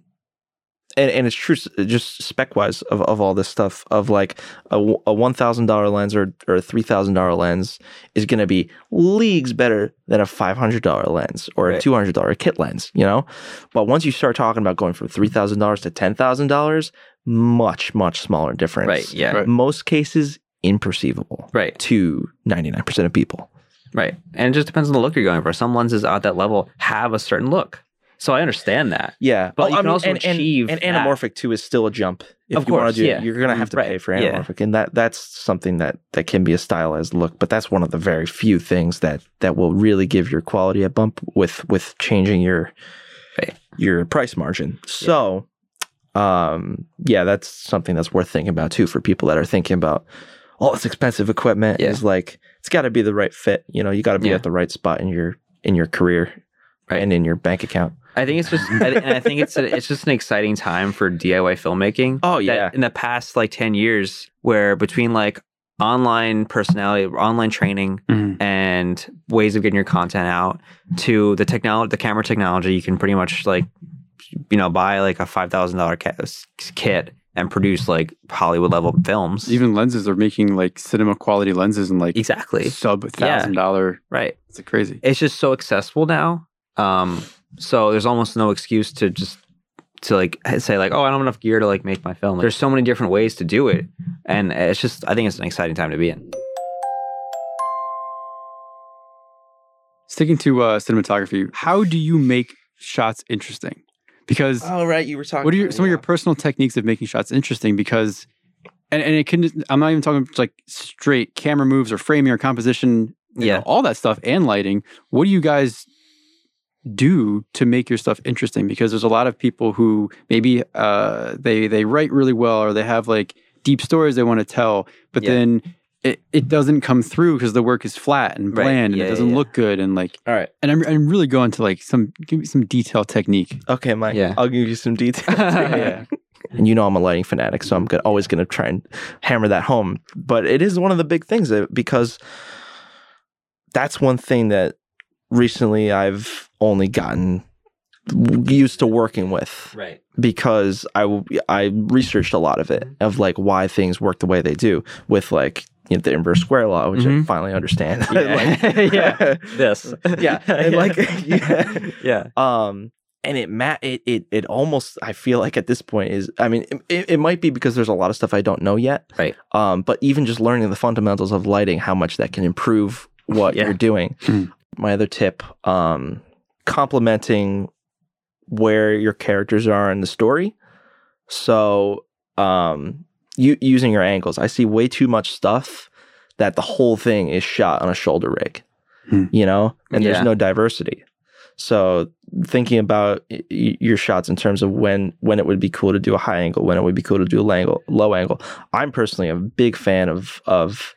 S1: and and it's true, s- just spec wise of, of all this stuff of like a, w- a one thousand dollar lens or or a three thousand dollar lens is going to be leagues better than a five hundred dollar lens or a
S2: Right.
S1: two hundred dollar kit lens, you know. But once you start talking about going from three thousand dollars to ten thousand dollars, much much smaller difference.
S2: Yeah.
S3: Right.
S1: Most cases imperceivable
S2: Right.
S1: to ninety nine percent of people.
S2: Right. And it just depends on the look you're going for. Some lenses at that level have a certain look. So I understand that.
S1: Yeah,
S2: But you can also achieve
S1: and,
S2: that.
S1: anamorphic too is still a jump. If
S2: Of
S1: you want
S2: course,
S1: to do
S2: yeah.
S1: it, you're going to have to
S2: Right,
S1: pay for
S2: yeah.
S1: anamorphic, and that that's something that that can be a stylized look. But that's one of the very few things that that will really give your quality a bump with with changing your
S2: Right.
S1: your price margin. So, um, yeah, that's something that's worth thinking about too for people that are thinking about all this expensive equipment
S2: Yeah.
S1: is like it's got to be the right fit. You know, you got to be
S2: Yeah.
S1: at the right spot in your in your career.
S2: Right.
S1: And in your bank account.
S2: I think it's just, I, and I think it's a, it's just an exciting time for DIY filmmaking.
S1: Oh,
S2: That
S1: yeah.
S2: in the past like ten years, where between like online personality, online training,
S3: Mhm.
S2: and ways of getting your content out to the technology, the camera technology, you can pretty much like, you know, buy like a five thousand dollar kit and produce like Hollywood level films.
S3: Even lenses are making like cinema quality lenses and like
S2: exactly
S3: sub thousand dollar.
S2: right.
S3: It's crazy.
S2: it's just so accessible now. Um, so there's almost no excuse to just to like say like, oh, I don't have enough gear to like make my film. Like, there's so many different ways to do it, and it's just I think it's an exciting time to be in.
S3: Sticking to uh, cinematography, how do you make shots interesting? Because
S1: Oh right, you were talking.
S3: what are your, some of your personal techniques of making shots interesting? Because and, and it can i'm not even talking like straight camera moves or framing or composition you
S2: Yeah.
S3: know, all that stuff and lighting what do you guys do to make your stuff interesting because there's a lot of people who maybe uh, they they write really well or they have like deep stories they want to tell but
S2: Yeah.
S3: then it, it doesn't come through because the work is flat and
S2: Right.
S3: bland and
S2: Yeah,
S3: it
S2: yeah,
S3: doesn't
S2: yeah.
S3: look good and like
S1: All right.
S3: and I'm, I'm really going to like some give me some detail
S2: [LAUGHS]
S3: technique
S1: Okay, Mike.
S2: Yeah.
S1: I'll give you some details. [LAUGHS] and you know I'm a lighting fanatic, so I'm go- always going to try and hammer that home. But it is one of the big things that, because that's one thing that recently I've only gotten w- used to working with
S2: Right.
S1: because I w- I researched a lot of it of like why things work the way they do with like you know, the inverse square law, which I
S2: Mhm.
S1: finally understand. [LAUGHS]
S2: Yeah. [LAUGHS] Yeah. This. [LAUGHS]
S1: yeah, and like yeah
S2: yeah.
S1: [LAUGHS] um and it ma- it, it it almost i feel like at this point is i mean it, it might be because there's a lot of stuff i don't know yet
S2: Right.
S1: um but even just learning the fundamentals of lighting how much that can improve what
S2: Yeah. Hmm.
S1: you're doing
S3: Mm.
S1: my other tip um complementing where your characters are in the story so um u- using your angles i see way too much stuff that the whole thing is shot on a shoulder rig
S3: Hmm.
S1: you know and there's
S2: Yeah.
S1: no diversity so thinking about y- y- your shots in terms of when when it would be cool to do a high angle, when it would be cool to do a low angle, low angle. I'm personally a big fan of of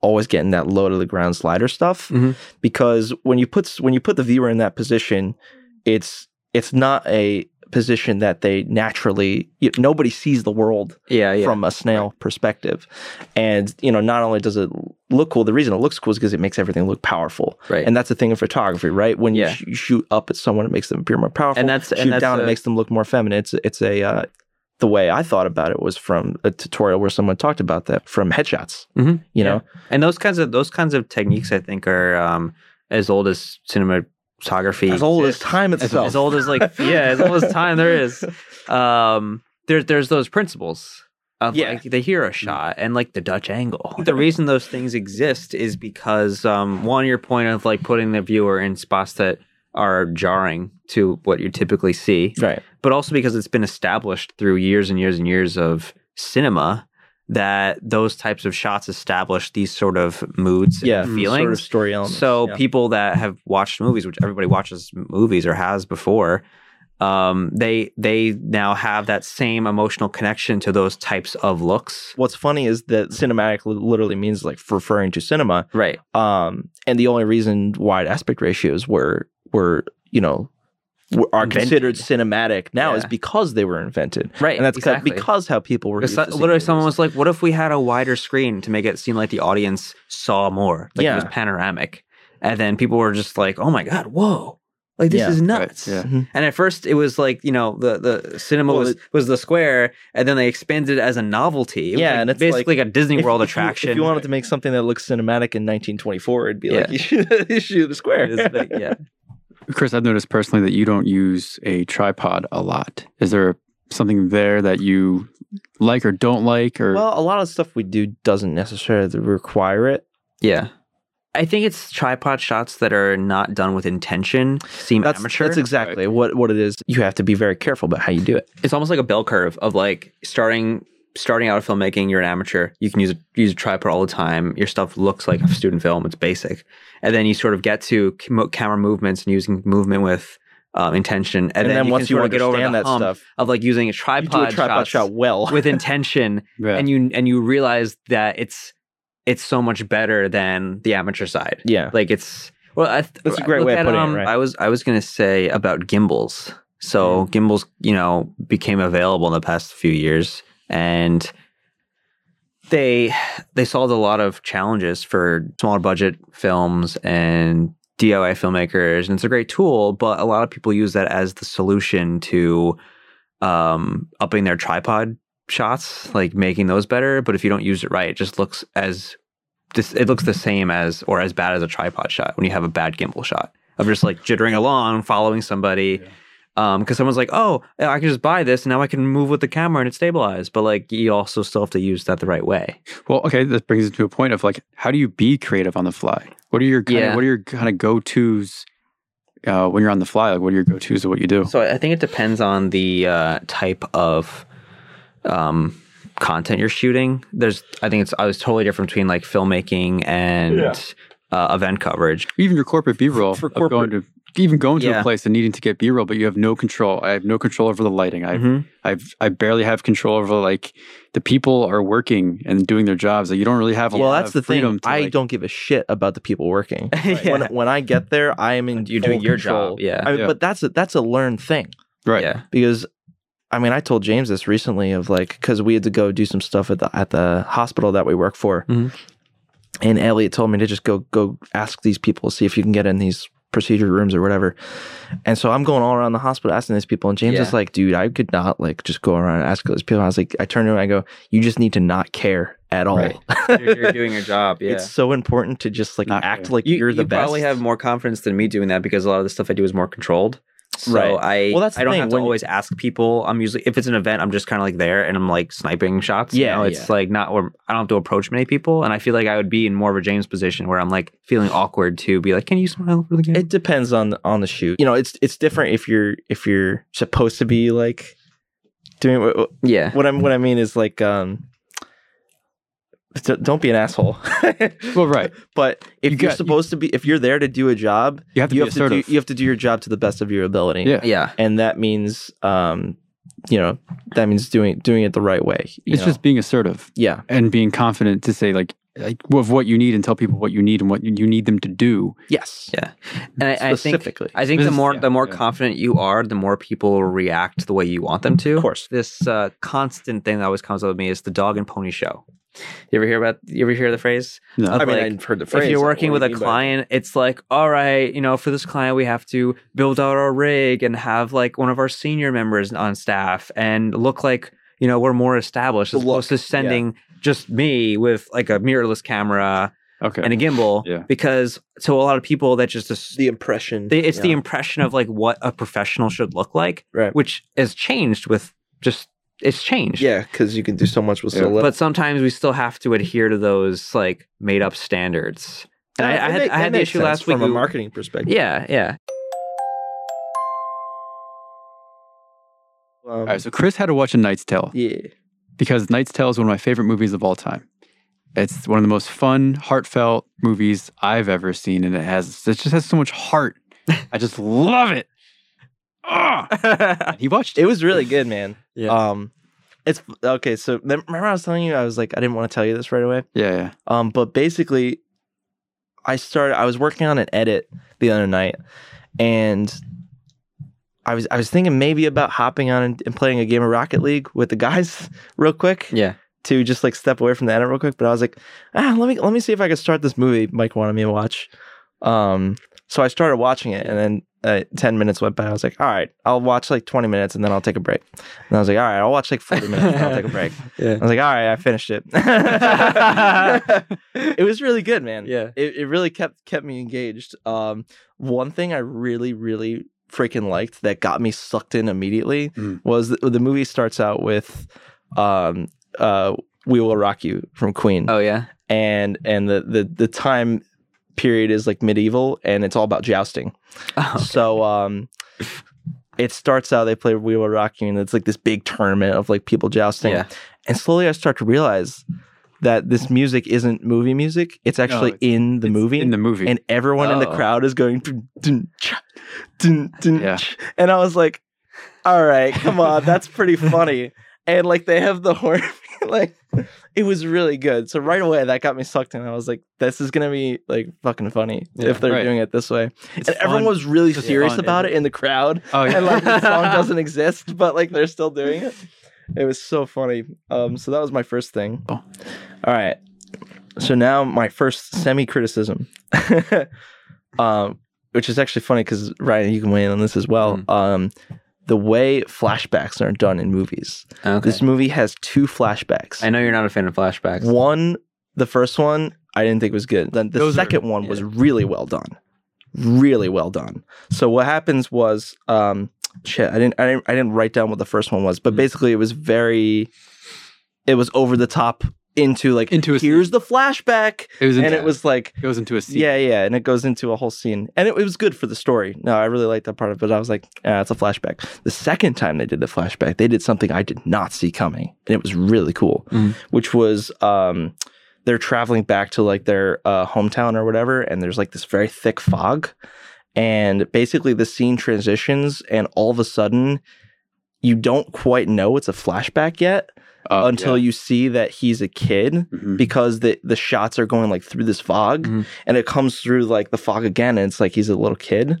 S1: always getting that low to the ground slider stuff
S2: Mhm.
S1: because when you put s- when you put the viewer in that position, it's it's not a position that they naturally y nobody sees the world
S2: Yeah. Yeah.
S1: from a snail perspective and you know not only does it look cool the reason it looks cool is because it makes everything look powerful
S2: right.
S1: and that's the thing in photography, right? When
S2: Yeah.
S1: you, sh- you shoot up at someone, it makes them appear more powerful.
S2: And that's-
S1: shoot
S2: and that's
S1: down, it
S2: a-
S1: makes them look more feminine. It's it's a uh, the way I thought about it was from a tutorial where someone talked about that from headshots.
S2: Mhm.
S1: You know,
S2: And those kinds of those kinds of techniques, I think, are um, as old as cinematography.
S1: as old as
S2: exists.
S1: time itself.
S2: As old as like yeah, as old as time there is. Um, there's there's those principles of
S1: Yeah.
S2: like the hero shot and like the Dutch angle. The reason those things exist is because um, one, your point of like putting the viewer in spots that are jarring to what you typically see,
S1: right?
S2: but also because it's been established through years and years and years of cinema that those types of shots establish these sort of moods
S1: Yeah,
S2: and
S1: feeling Mm,
S2: feelings.
S1: sort of story elements.
S2: So
S1: yeah.
S2: people that have watched movies, which everybody watches movies or has before, um, they they now have that same emotional connection to those types of looks.
S1: What's funny is that cinematic li- literally means like referring to cinema,
S2: Right.
S1: um, and the only reason wide aspect ratios were were you know were, are
S2: Invented.
S1: considered cinematic now is
S2: Yeah.
S1: because they were invented,
S2: Right.
S1: and that's kind of
S2: exactly.
S1: because how people were.
S2: Because
S1: used
S2: so-
S1: to seeing
S2: literally, someone
S1: movies.
S2: was like, "What if we had a wider screen to make it seem like the audience saw more? Like
S1: Yeah.
S2: it was panoramic." And then people were just like, "Oh my god, whoa! Like this
S1: Yeah.
S2: is
S3: Right,
S2: nuts."
S3: yeah.
S1: Mhm.
S2: And at first, it was like you know the the cinema
S1: Well,
S2: was
S1: it-
S2: was the square, and then they expanded it as a novelty. It was
S1: Yeah,
S2: like
S1: and it's
S2: basically
S1: like,
S2: a Disney
S1: If-
S2: World
S1: if you-
S2: attraction.
S1: If you wanted to make something that looks cinematic in 1924, it'd be like [LAUGHS]
S2: Yeah.
S1: you shoot, you shoot a square.
S2: It is,
S1: [LAUGHS]
S2: but yeah.
S3: Chris, I've noticed personally that you don't use a tripod a lot. Is there something there that you like or don't like, or
S1: Well, a lot of stuff we do doesn't necessarily require it.
S2: [LAUGHS] Yeah. I think it's tripod shots that are not done with intention seem
S1: That's
S2: amateur.
S1: that's exactly what what it is. You have to be very careful about how you do it.
S2: it's almost like a bell curve of like starting starting out filmmaking, you're an amateur. You can use a, use a tripod all the time. Your stuff looks like a student film. It's basic, and then you sort of get to cam- camera movements and using movement with um, intention. And,
S1: And, then,
S2: you
S1: once
S2: can
S1: you
S2: sort of get over
S1: understand
S2: the
S1: that
S2: hump
S1: stuff,
S2: of like using a
S1: you
S2: tripod,
S1: do a tripod
S2: shots
S1: shot well.
S2: [LAUGHS] with intention,
S3: yeah.
S2: and you and you realize that it's it's so much better than the amateur side.
S1: [LAUGHS] yeah,
S2: Like it's well, I th-
S1: That's a great way
S2: look
S1: of
S2: at, um,
S1: putting it, right?
S2: I was I was gonna say about gimbals. So gimbals, you know, became available in the past few years, and they they solved a lot of challenges for smaller budget films and DIY filmmakers, and it's a great tool. But a lot of people use that as the solution to um, upping their tripod shots, like making those better. But if you don't use it right, it just looks as this it looks the same as or as bad as a tripod shot when you have a bad gimbal shot of just like jittering along following somebody um because someone's like oh i can just buy this and now i can move with the camera and it's stabilized but like you also still have to use that the right way
S3: well, okay, that brings it to a point of like, how do you be creative on the fly? What are your kind
S2: Yeah.
S3: of, what are your kind of go tos uh, when you're on the fly? Like, what are your go tos of what you do?
S2: so i think it depends on the uh type of um content you're shooting. There's, I think it's, I was totally different between like filmmaking and uh, event coverage.
S3: even your corporate b-roll
S2: For
S3: of going to even going to
S2: Yeah.
S3: a place and needing to get b-roll but you have no control i have no control over the lighting
S1: Mm-hmm.
S3: i
S2: Mhm.
S3: I've, i barely have control over like the people are working and doing their jobs like you don't really have a
S1: well,
S3: lot
S1: that's
S3: of
S1: the
S3: freedom
S1: thing.
S3: to,
S1: I
S3: like-
S1: don't give a shit about the people
S2: [LAUGHS]
S1: working.
S2: [LAUGHS] Yeah.
S1: When when I get there, I am in
S2: You're
S1: full
S2: doing your
S1: control.
S2: job, yeah.
S1: I mean,
S3: Yeah.
S1: but that's a, that's a learned thing
S3: right
S2: Yeah.
S1: because I mean, I told James this recently of like because we had to go do some stuff at the at the hospital that we work for,
S2: Mhm.
S1: and Elliot told me to just go go ask these people see if you can get in these procedure rooms or whatever. And so I'm going all around the hospital asking these people, and James
S2: Yeah.
S1: is like, "Dude, I could not like just go around and ask those people." I was like, I turned to him, and I go, "You just need to not care at all."
S2: Right. You're, you're doing your [LAUGHS] job.
S1: [LAUGHS]
S2: Yeah.
S1: It's so important to just like
S3: Not
S1: act
S3: care.
S1: like you, are the best.
S2: probably have more confidence than me doing that because a lot of the stuff I do is more controlled. So
S1: Right.
S2: I
S1: Well, that's the
S2: I don't
S1: thing,
S2: have to
S1: when-
S2: always ask people. I'm usually if it's an event, I'm just kind of like there and I'm like sniping shots. you
S1: Yeah,
S2: know? it's like not where I don't have to approach many people, and I feel like I would be in more of a James position where I'm like feeling awkward to be like, "Can you smile for the game?"
S1: it depends on the, on the shoot. You know, it's it's different if you're if you're supposed to be like doing what,
S2: yeah,
S1: what I'm what I mean is like um d- don't be an asshole.
S3: well right
S1: [LAUGHS] but if
S3: You
S1: you are
S3: got-
S1: supposed to be if you're there to do a job,
S3: you have to
S1: you
S3: be
S1: have to do,
S3: assertive
S1: you have to do your job to the best of your ability.
S3: Yeah.
S2: yeah,
S1: And that means um you know, that means doing doing it the right way. you
S3: it's
S1: know?
S3: just being assertive
S1: yeah.
S3: and being confident to say like like of what you need and tell people what you need and what you you need them to do
S1: Yes.
S2: Yeah. and I, I think
S1: Specifically.
S2: I think
S3: This
S2: the
S3: is-
S2: more
S3: yeah,
S2: the more
S3: yeah.
S2: confident you are, the more people react the way you want them to.
S1: Of course.
S2: this uh, constant thing that always comes up with me is the dog and pony show. You ever hear about? You ever hear the phrase?
S3: No.
S2: Of
S1: I mean,
S2: like,
S1: I've heard the phrase.
S2: if you're working
S1: What
S2: with
S1: do
S2: a
S1: you mean by-
S2: client, it's like, all right, you know, for this client, we have to build out our rig and have like one of our senior members on staff and look like, you know, we're more established as
S1: The look,
S2: opposed to sending just me with like a mirrorless camera
S3: okay
S2: and a gimbal.
S3: Yeah.
S2: Because to a lot of people, that just is,
S1: the impression.
S2: they, it's the
S1: yeah.
S2: impression of like what a professional should look like,
S1: Right.
S2: which has changed with just, it's changed.
S1: Yeah, because you can do so much with
S3: Yeah.
S1: so little.
S2: But sometimes we still have to adhere to those like made up standards. And I, I had, I had the issue last week.
S1: from a
S2: we-
S1: marketing perspective.
S2: yeah, yeah.
S1: Um,
S3: all right so chris had to watch a knight's tale
S1: yeah,
S3: because Knight's Tale is one of my favorite movies of all time. It's one of the most fun, heartfelt movies I've ever seen, and it has it just has so much heart. I just love it. Ah! And he watched it.
S1: it was really good, man.
S2: Yeah.
S1: Um, it's okay. So mem- remember, I was telling you, I was like, I didn't want to tell you this right away.
S3: Yeah, yeah.
S1: Um, but basically, I started. I was working on an edit the other night, and I was I was thinking maybe about hopping on and, and playing a game of Rocket League with the guys [LAUGHS] real quick
S2: [LAUGHS] Yeah.
S1: to just like step away from the edit real quick. But I was like, ah, let me let me see if I can start this movie Mike wanted me to watch. Um, so I started watching it, and then uh, ten minutes went by. I was like, all right, I'll watch like twenty minutes, and then I'll take a break. And I was like, all right, I'll watch like forty minutes, and I'll take a break. I
S2: [LAUGHS] Yeah.
S1: was like, all right, I finished it. [LAUGHS] it was really good, man.
S2: Yeah.
S1: It, it really kept kept me engaged. Um, one thing I really, really freaking liked that got me sucked in immediately
S3: Mm.
S1: was the, the movie starts out with um, uh, "We Will Rock You" from Queen,
S2: Oh yeah.
S1: and and the, the the time period is like medieval, and it's all about jousting.
S2: [LAUGHS] Oh,
S1: So um it starts out they play We Will Rock You and it's like this big tournament of like people jousting.
S2: Yeah.
S1: And slowly I start to realize that this music isn't movie music. It's actually
S3: it's-
S1: in the
S3: It's
S1: movie.
S3: In the movie.
S1: and everyone in the
S2: Oh.
S1: crowd is going dun, dun, cha, dun, dun,
S3: Yeah.
S1: ch. and I was like, all right, come on, that's
S3: [LAUGHS]
S1: pretty funny. And like they have the [LAUGHS] horn like it was really good. So right away that got me sucked in. I was like, this is gonna be like fucking funny if they're
S3: Right.
S1: doing it this way
S3: It's
S1: and everyone
S3: fun.
S1: was really
S3: Just
S1: serious
S3: fun,
S1: about it
S3: isn't
S1: in the crowd.
S3: Oh yeah.
S1: And like the song doesn't exist, but like they're still doing it. It was so funny. Um, so that was my first thing.
S3: Oh.
S1: All right. So now my first semi criticism, [LAUGHS] um, which is actually funny because Ryan, you can weigh in on this as well. Um, the way flashbacks are done in movies.
S2: okay.
S1: This movie has two flashbacks.
S2: I know you're not a fan of flashbacks.
S1: One, the first one, I didn't think was good. Then the
S3: Those are-
S1: second one was really well done, really well done. So what happens was, um, shit, I didn't, I
S3: Mm-hmm.
S1: didn't, I didn't write down what the first one was, but
S2: Mhm.
S1: basically it was very, it was over the top into like
S3: [LAUGHS] Into a
S1: here's the flashback,
S3: It was
S1: and
S3: intense.
S1: it was like
S3: It goes into a scene.
S1: yeah, yeah, and it goes into a whole scene, and it, it was good for the story. No, I really liked that part of it. I was like, ah, it's a flashback. The second time they did the flashback, they did something I did not see coming, and it was really cool,
S3: Mhm.
S1: which was um, they're traveling back to like their uh, hometown or whatever, and there's like this very thick fog, and basically the scene transitions, and all of a sudden, you don't quite know it's a flashback yet
S3: Oh,
S1: until
S3: yeah.
S1: you see that he's a kid
S3: Mhm.
S1: because the the shots are going like through this fog
S2: Mhm.
S1: and it comes through like the fog again and it's like he's a little kid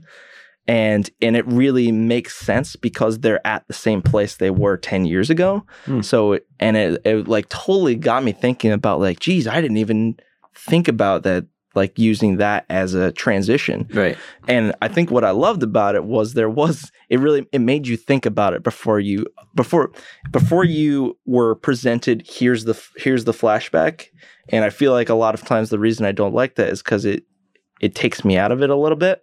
S1: and and it really makes sense because they're at the same place they were 10 years ago
S2: Hmm.
S1: so it- and it, it like totally got me thinking about like geez i didn't even think about that like using that as a transition
S3: right.
S1: and i think what i loved about it was there was it really it made you think about it before you before before you were presented here's the here's the flashback and i feel like a lot of times the reason i don't like that is because it it takes me out of it a little bit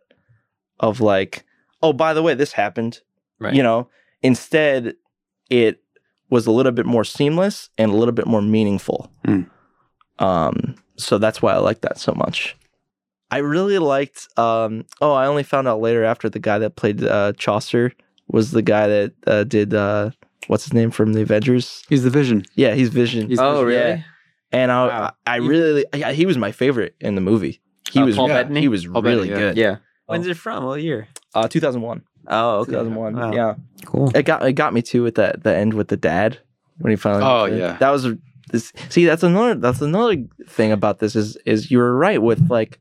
S1: of like oh by the way this happened
S3: Right.
S1: you know instead it was a little bit more seamless and a little bit more meaningful
S3: Mm.
S1: um so that's why i like that so much i really liked um oh i only found out later after the guy that played uh chaucer was the guy that uh, did uh what's his name from the avengers
S3: He's the Vision.
S1: yeah he's vision
S3: He's
S2: Oh, really?
S1: Yeah. and i
S2: Wow.
S1: i I really yeah, he was my favorite in the movie he
S2: Uh,
S1: was
S2: Paul
S1: yeah,
S2: Bettany?
S1: he was
S3: Paul
S1: really
S3: Bettany, yeah.
S1: good
S2: Yeah. When's it from? What year?
S1: uh 2001
S2: Oh, okay.
S1: 2001
S2: Wow.
S1: yeah
S2: Cool.
S1: it got it got me too with that the end with the dad when he finally.
S3: Oh, yeah.
S1: that was this. See, that's another that's another thing about this is is you were right with like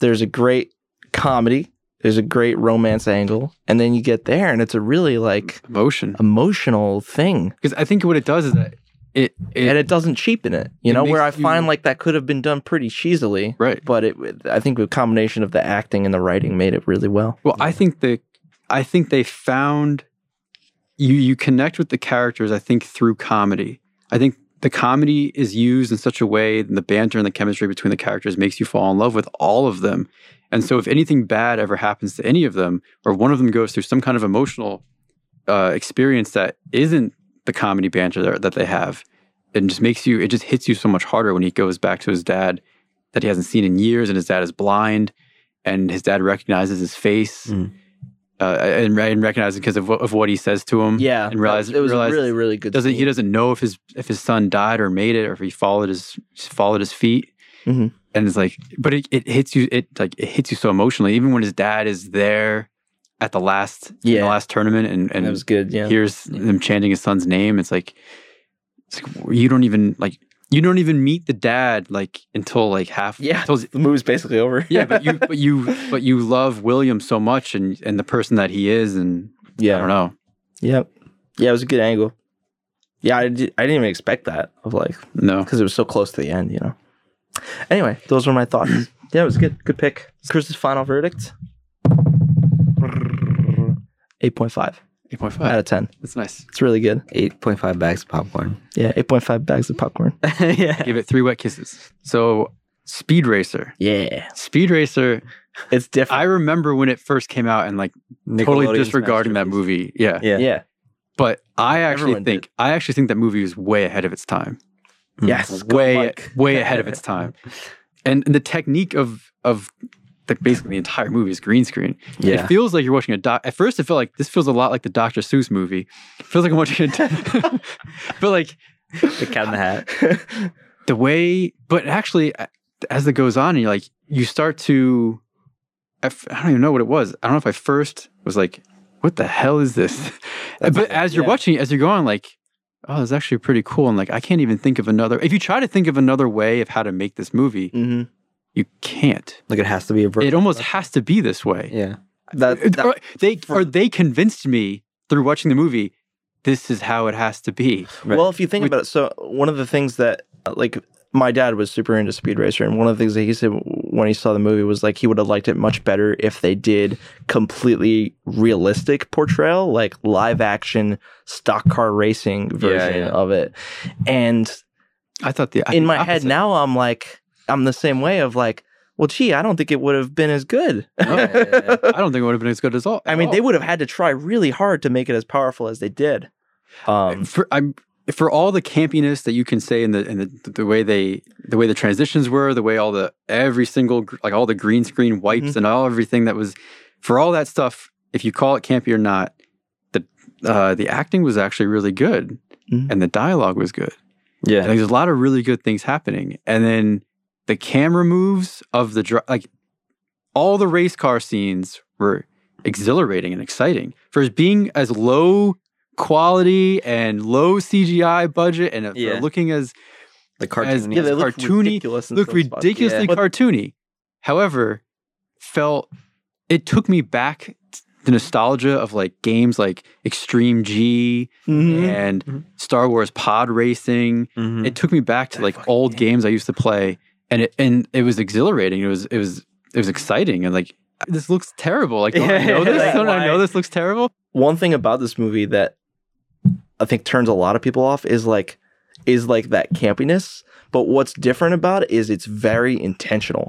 S1: there's a great comedy, there's a great romance angle, and then you get there and it's a really like
S3: Emotion.
S1: Um, emotional thing,
S3: Because I think what it does is that it, it,
S1: and it doesn't cheapen it. You
S3: it
S1: know where I
S3: makes you-
S1: find like that could have been done pretty cheesily,
S3: right.
S1: but it I think the combination of the acting and the writing made it really well.
S3: Well, I think the I think they found you you connect with the characters. I think through comedy. I think the comedy is used in such a way, and the banter and the chemistry between the characters makes you fall in love with all of them. And so, if anything bad ever happens to any of them, or one of them goes through some kind of emotional uh, experience that isn't the comedy banter that, that they have, it just makes you. It just hits you so much harder when he goes back to his dad that he hasn't seen in years, and his dad is blind, and his dad recognizes his face,
S2: Mm.
S3: uh, and, and recognizes because of, what- of what he says to him.
S1: Yeah,
S3: and realize
S1: it was
S3: realize
S1: really really good.
S3: doesn't he
S1: scene.
S3: doesn't know if his if his son died or made it or if he followed his followed his feet
S1: Mhm.
S3: and it's like but it, it hits you it like it hits you so emotionally even when his dad is there at the last in
S1: Yeah.
S3: the last tournament and and
S1: That was good. Yeah,
S3: hears them chanting his son's name it's like it's like you don't even like you don't even meet the dad like until like half
S1: Yeah.
S3: until,
S1: the movie's basically over.
S3: yeah
S1: [LAUGHS]
S3: but you but you but you love William so much and and the person that he is and
S1: yeah.
S3: I don't know
S1: Yep. Yeah, it was a good angle. Yeah, I, did, I didn't even expect that of like
S3: no
S1: because it was so close to the end, you know. Anyway, those were my thoughts. [CLEARS THROAT] yeah, it was good. Good pick. Chris's final verdict: eight point five
S3: eight point
S1: out
S3: five
S1: of ten.
S3: that's nice
S1: It's really good.
S2: 8.5 bags of popcorn.
S1: Yeah, eight point five bags of popcorn.
S2: [LAUGHS] yeah.
S3: Give it three wet kisses. So, Speed Racer.
S1: Yeah,
S3: Speed Racer.
S1: it's
S3: I
S1: different.
S3: remember when it first came out and like totally
S2: Nickelodeon's
S3: disregarding that
S2: masterpiece.
S3: movie. Yeah.
S2: Yeah.
S1: yeah.
S3: But I actually
S1: Everyone
S3: think I actually think that movie was way ahead of its time.
S1: Yes. good
S3: Way
S1: luck.
S3: way ahead of its time. And, and the technique of of the, basically the entire movie is green screen. It
S2: Yeah.
S3: feels like you're watching a doc. At first, it felt like this feels a lot like the Dr. Seuss movie. It feels like I'm watching a. [LAUGHS] but like
S2: [LAUGHS] The cat in the hat.
S3: the way but actually a- as it goes on you're like you start to I f- I don't even know what it was i don't know if i first was like what the hell is this [LAUGHS] but as you're
S1: yeah.
S3: watching it as you're going like oh it's actually pretty cool and like i can't even think of another if you try to think of another way of how to make this movie
S1: hmm
S3: you can't
S2: Like it has to be a ver-
S3: it almost has to be this way
S2: Yeah.
S1: [LAUGHS] That,
S3: It-
S1: that-
S3: or they or they convinced me through watching the movie this is how it has to be
S2: Right.
S1: Well, if you think
S3: We-
S1: about it, so one of the things that uh, like my dad was super into Speed Racer, and one of the things that he said w- when he saw the movie was like he would have liked it much better if they did completely realistic portrayal, like live action stock car racing version
S2: yeah.
S1: of it. And
S3: i thought the
S1: in
S3: I think
S1: my
S3: the
S1: head
S3: opposite.
S1: now, I'm like, I'm the same way of like, well, gee, I don't think it would have been as good.
S2: Oh, Yeah.
S3: i don't think it would have been as good as all
S1: [LAUGHS] I mean,
S3: all.
S1: they would have had to try really hard to make it as powerful as they did. Um,
S3: Eh, for I'm if for all the campiness that you can say in the in the, the way they the way the transitions were, the way all the every single gr- like all the green screen wipes and all everything that was for all that stuff, if you call it campy or not, the uh, the acting was actually really good
S1: Mhm.
S3: and the dialogue was good.
S2: Yeah.
S3: And, like, there's a lot of really good things happening, and then the camera moves of the dri- like all the race car scenes were exhilarating and exciting for as being as low quality and low CGI budget and uh, for
S2: Yeah.
S3: looking as
S2: The
S3: As-
S2: cartoon.
S3: yeah, they- look cartoony-
S1: ridiculous. in
S3: look
S1: some spots.
S3: ridiculously
S1: Yeah.
S3: cartoony. However, felt it took me back t- the nostalgia of like games like Extreme G
S1: Mhm.
S3: and
S2: Mhm.
S3: Star Wars Pod Racing
S2: Mhm.
S3: it took me back to
S1: Mm-hmm. That
S3: like
S1: fucking
S3: old
S1: game.
S3: games I used to play, and it and it was exhilarating. It was it was it was exciting, and like this looks terrible. Like don't I
S2: Yeah,
S3: know
S1: [LAUGHS]
S3: this?
S2: like,
S3: don't I know
S2: why?
S3: this looks terrible?
S1: One thing about this movie that I think turns a lot of people off is like is like that campiness. But what's different about it is it's very intentional.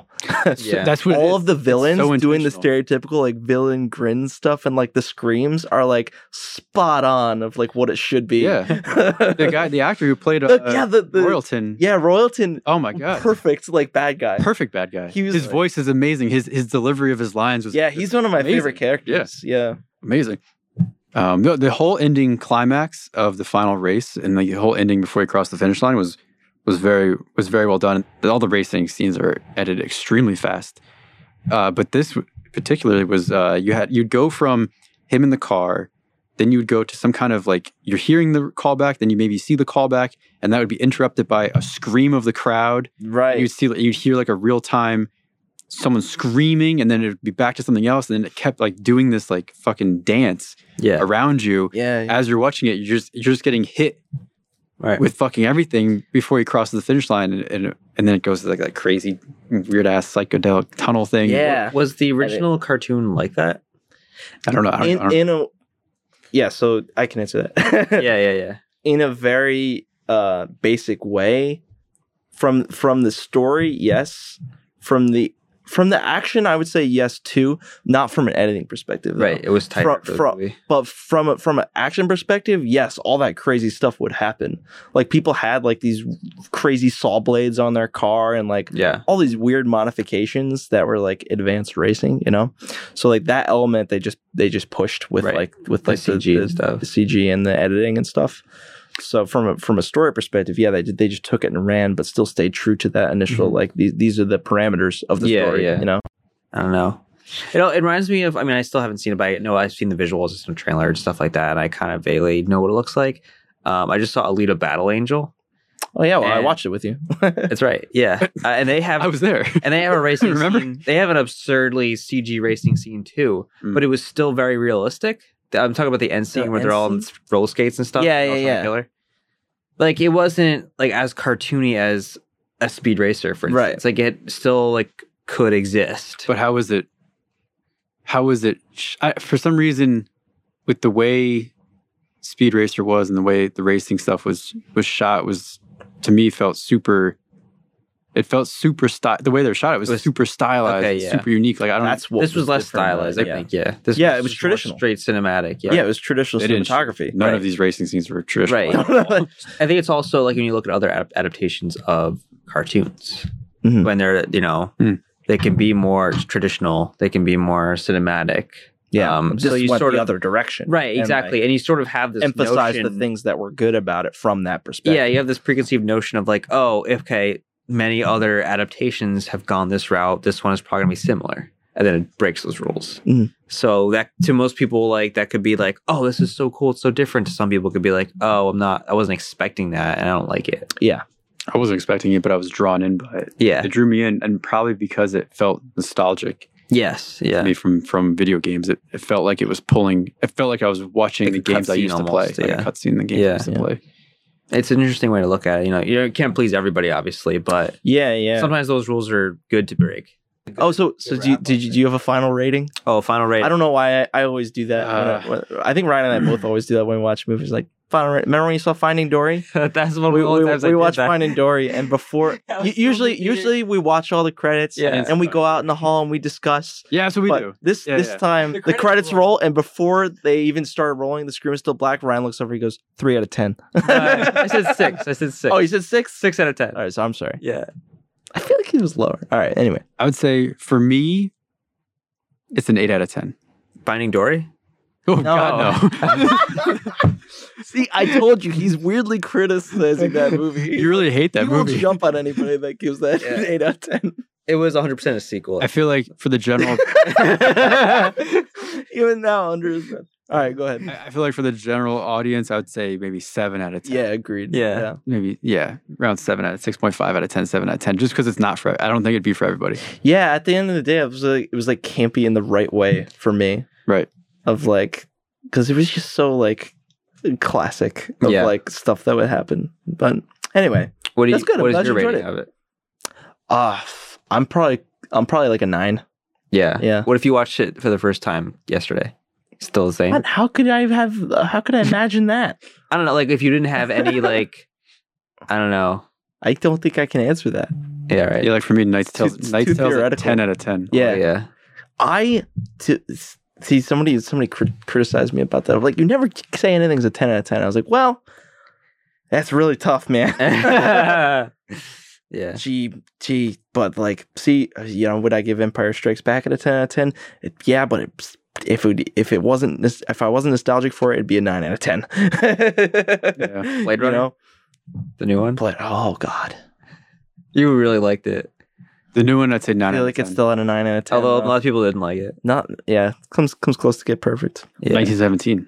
S2: Yeah.
S3: That's what it
S1: all
S3: is.
S1: of the
S3: It's
S1: villains
S3: so
S1: doing the
S3: intentional.
S1: stereotypical like villain grin stuff and like the screams are like spot on of like what it should be. [LAUGHS]
S3: [LAUGHS] Yeah, the guy, the actor who played uh,
S1: The- yeah, the- the-
S3: Royalton.
S1: yeah, Royalton,
S3: Oh my god,
S1: perfect like bad guy.
S3: perfect bad guy.
S1: He was
S3: his
S1: like-
S3: voice is amazing. His his delivery of his lines was
S1: Yeah, he's one of my
S3: amazing.
S1: favorite characters. Yeah.
S3: amazing. Um, no, the whole ending climax of the final race and the whole ending before he crossed the finish line was was very was very well done. All the racing scenes are edited extremely fast, uh, but this particularly was uh, you had you'd go from him in the car, then you'd go to some kind of like you're hearing the callback, then you maybe see the callback, and that would be interrupted by a scream of the crowd,
S1: Right.
S3: you'd see you'd hear like a real time someone screaming and then it'd be back to something else and then it kept like doing this like fucking dance
S2: Yeah.
S3: around you
S1: yeah.
S3: as you're watching it you're just you're just getting hit
S2: Right.
S3: with fucking everything before you cross the finish line and and, and then it goes to like that crazy weird ass psychedelic tunnel thing
S1: Yeah.
S2: Was the original cartoon
S1: [LAUGHS]
S2: like that?
S3: i don't know, I don't,
S1: in,
S3: I don't-
S1: in a yeah so i can answer that [LAUGHS]
S2: Yeah, yeah, yeah.
S1: in a very uh basic way from from the story yes from the from the action i would say yes too not from an editing perspective though.
S2: Right. It was tight.
S1: Fro- fro- but from a, from an action perspective yes all that crazy stuff would happen like people had like these crazy saw blades on their car and like
S2: Yeah.
S1: all these weird modifications that were like advanced racing, you know. So like that element they just they just pushed with
S2: Right.
S1: like with like the,
S2: CG and
S1: the-
S2: stuff.
S1: the CG and the editing and stuff. So from a from a story perspective, yeah, they did, they just took it and ran, but still stayed true to that initial like these these are the parameters of the
S2: Mm-hmm. Yeah,
S1: story,
S2: yeah.
S1: you know.
S2: I don't know. It, it reminds me of. I mean, I still haven't seen it, but I know I've seen the visuals, it's in a trailer and stuff like that. And I kind of vaguely know what it looks like. Um, I just saw Alita
S1: [LAUGHS]
S2: Battle Angel.
S1: Oh yeah, well I
S2: And-
S1: watched it with you.
S2: That's right. Yeah, uh, and they have
S3: I was there [LAUGHS]
S1: [LAUGHS]
S2: and they have a racing
S3: Remember?
S2: scene. They have an absurdly CG racing scene too,
S3: Mm.
S2: but it was still very realistic. I'm talking about the end scene
S1: Hmm. The
S2: where
S1: end
S2: they're all on
S1: scene?
S2: roller skates and stuff.
S1: Yeah,
S2: and they're all
S1: yeah,
S2: trying to
S1: yeah.
S2: kill her. Like it wasn't like as cartoony as a speed racer, for
S1: Right.
S2: instance. Like it still like could exist.
S3: But how was it? How was it? sh- I, for some reason, with the way Speed Racer was and the way the racing stuff was was shot was to me felt super. It felt super sty The way they were shot, it was,
S2: Was-
S3: super stylized,
S2: okay,
S3: and
S2: yeah.
S3: super unique. Like I don't.
S1: That's what
S2: this was, less
S1: different about it,
S2: stylized, I
S1: yeah.
S2: think. Yeah, this
S1: Yeah, it was
S2: just more
S1: traditional.
S2: straight cinematic. Yeah.
S1: Yeah. it was traditional
S3: They didn't-
S1: cinematography.
S3: none
S1: right.
S3: of these racing scenes were traditional.
S2: Right. I think it's also like when you look at other ad- adaptations of cartoons,
S1: Mhm.
S2: when they're you know
S1: Hmm.
S3: Mm.
S2: they can be more traditional, they can be more cinematic.
S1: [LAUGHS] yeah.
S2: [LAUGHS] Um,
S1: Just
S2: so you
S1: went
S2: sort
S1: the
S2: of
S1: other direction.
S2: right,
S1: and, like,
S2: exactly, and, you sort of have this
S1: emphasize
S2: notion,
S1: the things that were good about it from that perspective.
S2: Yeah, you have this preconceived notion of like, oh, okay, many other adaptations have gone this route. This one is probably gonna be similar, and then it breaks those rules.
S1: Mhm.
S2: So that to most people, like that could be like, oh, this is so cool, it's so different. To some people, it could be like, oh, I'm not, I wasn't expecting that, and I don't like it.
S3: I wasn't expecting it, but I was drawn in by it.
S2: Yeah.
S3: It drew me in, and probably because it felt nostalgic
S2: Yes.
S3: to
S2: Yeah.
S3: me from from video games. It, it felt like it was pulling. It felt like I was watching
S2: Like
S3: the
S2: a
S3: games I
S2: cutscene
S3: used to
S2: almost,
S3: play.
S2: yeah.
S3: Like a cutscene, in the games
S2: Yeah.
S3: I used to
S1: Yeah.
S3: play.
S2: It's an interesting way to look at it. You know, you can't please everybody, obviously, but
S1: Yeah, yeah.
S2: sometimes those rules are good to break.
S1: Oh, so so do you, did you do you have a final rating?
S2: Oh, final rating.
S1: I don't know why I, I always do that. when I, when- I think Ryan and I both always do that when we watch movies. Like final. Ra- Remember when you saw Finding Dory?
S2: [LAUGHS] That's one
S1: We,
S2: of the only
S1: we,
S2: times I
S1: we
S2: did
S1: watched
S2: that. [LAUGHS]
S1: Finding Dory, and before
S2: I was
S1: u-
S2: so
S1: usually
S2: defeated.
S1: usually we watch all the credits,
S2: Yeah.
S1: and we go out in the hall and we discuss.
S3: Yeah, that's what we
S1: but
S3: do.
S1: This
S3: Yeah,
S1: this
S3: yeah.
S1: time
S2: The
S1: the
S2: credits
S1: credits,
S2: roll.
S1: roll. and before they even start rolling, the screen is still black. Ryan looks over, he goes three out of ten.
S2: Uh, I said six. I said six.
S1: oh, you said six.
S2: six out of ten.
S1: All right, so I'm sorry.
S2: Yeah.
S1: I feel like he was lower. All right, anyway.
S3: I would say for me, it's an eight out of ten.
S2: Finding Dory.
S3: Oh
S1: No.
S3: God,
S1: [LAUGHS]
S3: no!
S1: See, I told you he's weirdly criticizing that [LAUGHS] movie.
S3: you really hate that
S1: you
S3: movie.
S1: will jump on anybody that gives [LAUGHS] that
S2: Yeah.
S1: an eight out of ten.
S2: It was 100 percent a sequel.
S3: I feel like for the general,
S1: [LAUGHS] Even now, under his breath. All right, go ahead.
S3: I I feel like for the general audience, I would say maybe seven out of ten.
S1: Yeah, agreed.
S2: Yeah.
S3: maybe yeah, around seven out of six point five out of 10, 7 out of ten. Just because it's not for, I don't think it'd be for everybody.
S1: yeah, At the end of the day, it was like it was like campy in the right way for me.
S3: Right.
S1: Of like, because it was just so like classic of
S2: Yeah.
S1: like stuff that would happen. But anyway,
S2: What do you?
S1: That's good. I'm
S2: What is
S1: glad
S2: your
S1: you enjoyed
S2: rating of it?
S1: uh I'm probably I'm probably like a nine.
S2: Yeah.
S1: Yeah.
S2: What if you watched it for the first time yesterday? Still the same.
S1: What? How could I have? how could I imagine that?
S2: I don't know. Like if you didn't have any like, I don't know.
S1: I don't think I can answer that.
S2: Yeah. Right. Oh,
S3: Yeah, like for me, Knight's
S1: too-
S3: Tales,
S1: it's
S3: Knight's
S1: too
S3: Tales, a
S1: theoretical.
S3: ten out of ten.
S1: Yeah.
S2: Yeah.
S1: I to see somebody somebody cri- criticized me about that. I'm like, you never say anything's a ten out of ten. I was like, well, that's really tough,
S2: [LAUGHS]
S1: man. [LAUGHS]
S2: yeah.
S1: gee, gee, but like, see, uh, you know, would I give Empire Strikes Back at a ten out of ten? It- Yeah, but it's if it if it wasn't nos- if I wasn't nostalgic for it, it'd be a nine out of ten. [LAUGHS] yeah.
S2: Blade Runner? The new one.
S1: but oh god,
S2: You really liked it,
S3: The new one, I'd say nine.
S1: I feel
S3: out
S1: like
S3: of
S1: it's still at a nine out of ten.
S2: although a
S1: though.
S2: lot of people didn't like it.
S1: not yeah, comes comes close to get perfect.
S2: Yeah.
S3: nineteen seventeen.